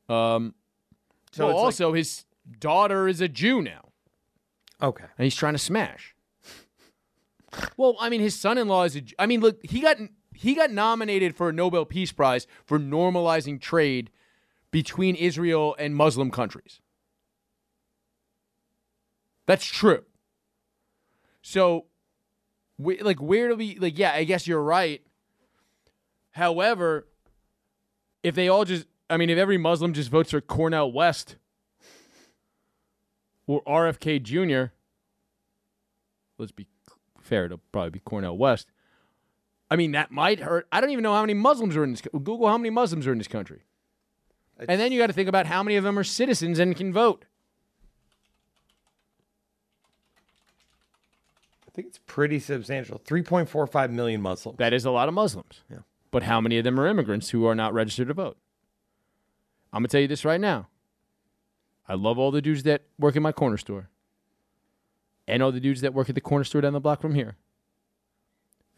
[SPEAKER 2] Yeah.
[SPEAKER 1] Um.
[SPEAKER 2] So
[SPEAKER 1] So
[SPEAKER 2] it's like-
[SPEAKER 1] also, his daughter is a Jew now,
[SPEAKER 2] Okay.
[SPEAKER 1] and he's trying to smash. <laughs> well, I mean, his son-in-law is a. J- I mean, look, he got he got nominated for a Nobel Peace Prize for normalizing trade between Israel and Muslim countries. That's true. So, we, like, where do we? Like, yeah, I guess you're right. However, if they all just, I mean, if every Muslim just votes for Cornell West or RFK Jr., let's be fair, it'll probably be Cornell West. I mean, that might hurt. I don't even know how many Muslims are in this. co- Google how many Muslims are in this country. and then you got to think about how many of them are citizens and can vote.
[SPEAKER 2] I think it's pretty substantial. 3.45 million Muslims.
[SPEAKER 1] That is a lot of Muslims.
[SPEAKER 2] Yeah.
[SPEAKER 1] But how many of them are immigrants who are not registered to vote? I'm going to tell you this right now. I love all the dudes that work in my corner store and all the dudes that work at the corner store down the block from here.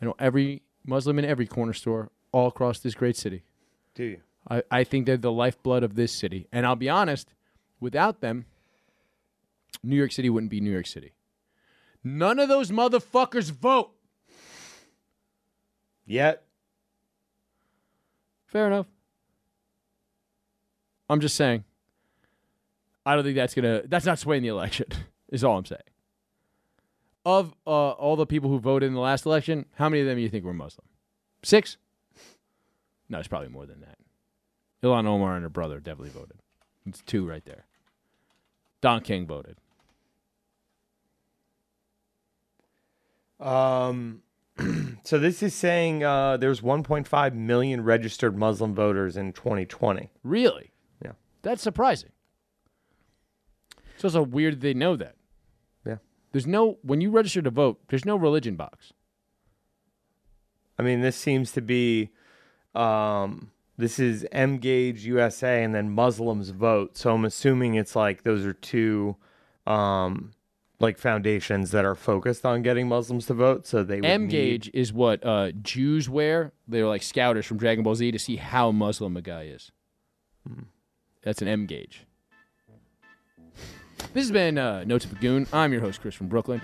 [SPEAKER 1] I know every Muslim in every corner store all across this great city.
[SPEAKER 2] Do you?
[SPEAKER 1] I, I think they're the lifeblood of this city. And I'll be honest, without them, New York City wouldn't be New York City. None of those motherfuckers vote.
[SPEAKER 2] Yet
[SPEAKER 1] Fair enough. I'm just saying. I don't think that's gonna. That's not swaying the election. <laughs> Is all I'm saying. Of uh, all the people who voted in the last election, how many of them do you think were Muslim? Six? No, it's probably more than that. Ilan Omar and her brother definitely voted. It's two right there. Don King voted.
[SPEAKER 2] Um, <clears throat> so this is saying uh, there's 1.5 million registered Muslim voters in 2020.
[SPEAKER 1] Really?
[SPEAKER 2] Yeah.
[SPEAKER 1] That's surprising. It's also weird they know that.
[SPEAKER 2] Yeah.
[SPEAKER 1] There's no when you register to vote, there's no religion box.
[SPEAKER 2] I mean, this seems to be um, this is M Gauge USA and then Muslims vote. So I'm assuming it's like those are two um, like foundations that are focused on getting Muslims to vote. So they would
[SPEAKER 1] M
[SPEAKER 2] need-
[SPEAKER 1] gauge is what uh, Jews wear. They're like scouters from Dragon Ball Z to see how Muslim a guy is.
[SPEAKER 2] Hmm.
[SPEAKER 1] That's an M gauge. This has been uh, Notes of a Goon. I'm your host, Chris from Brooklyn.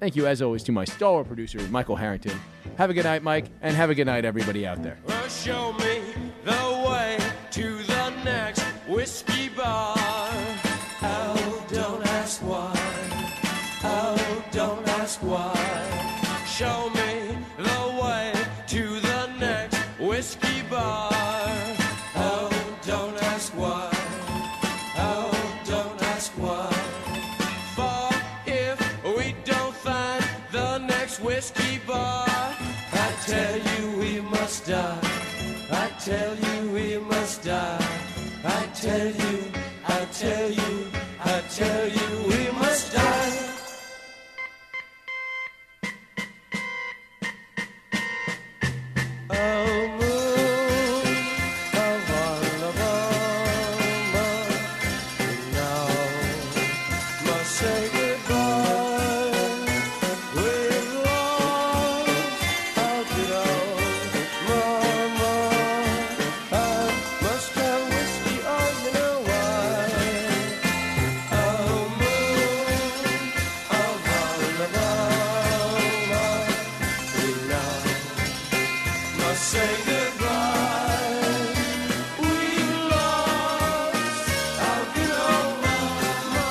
[SPEAKER 1] Thank you, as always, to my star producer, Michael Harrington. Have a good night, Mike, and have a good night, everybody out there.
[SPEAKER 4] Well, show me the way to the next whiskey bar. Oh, don't ask why. Oh, don't ask why. Show me the way to the next whiskey bar. Oh, don't ask why. Oh, don't ask whiskey bar. I tell you we must die. I tell you we must die. I tell you, I tell you, I tell you we must die. Oh, moon of Alabama, now must say goodbye. With love, how did mama? I must have whiskey, oh, you know why? Oh, moon of Alabama, now must say goodbye. We lost our good old mama,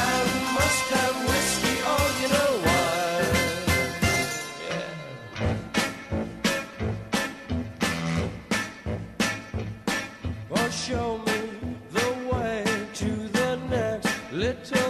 [SPEAKER 4] and must have whiskey. Oh, you know why? Yeah. Oh, show me the way to the next little Oh, Oh,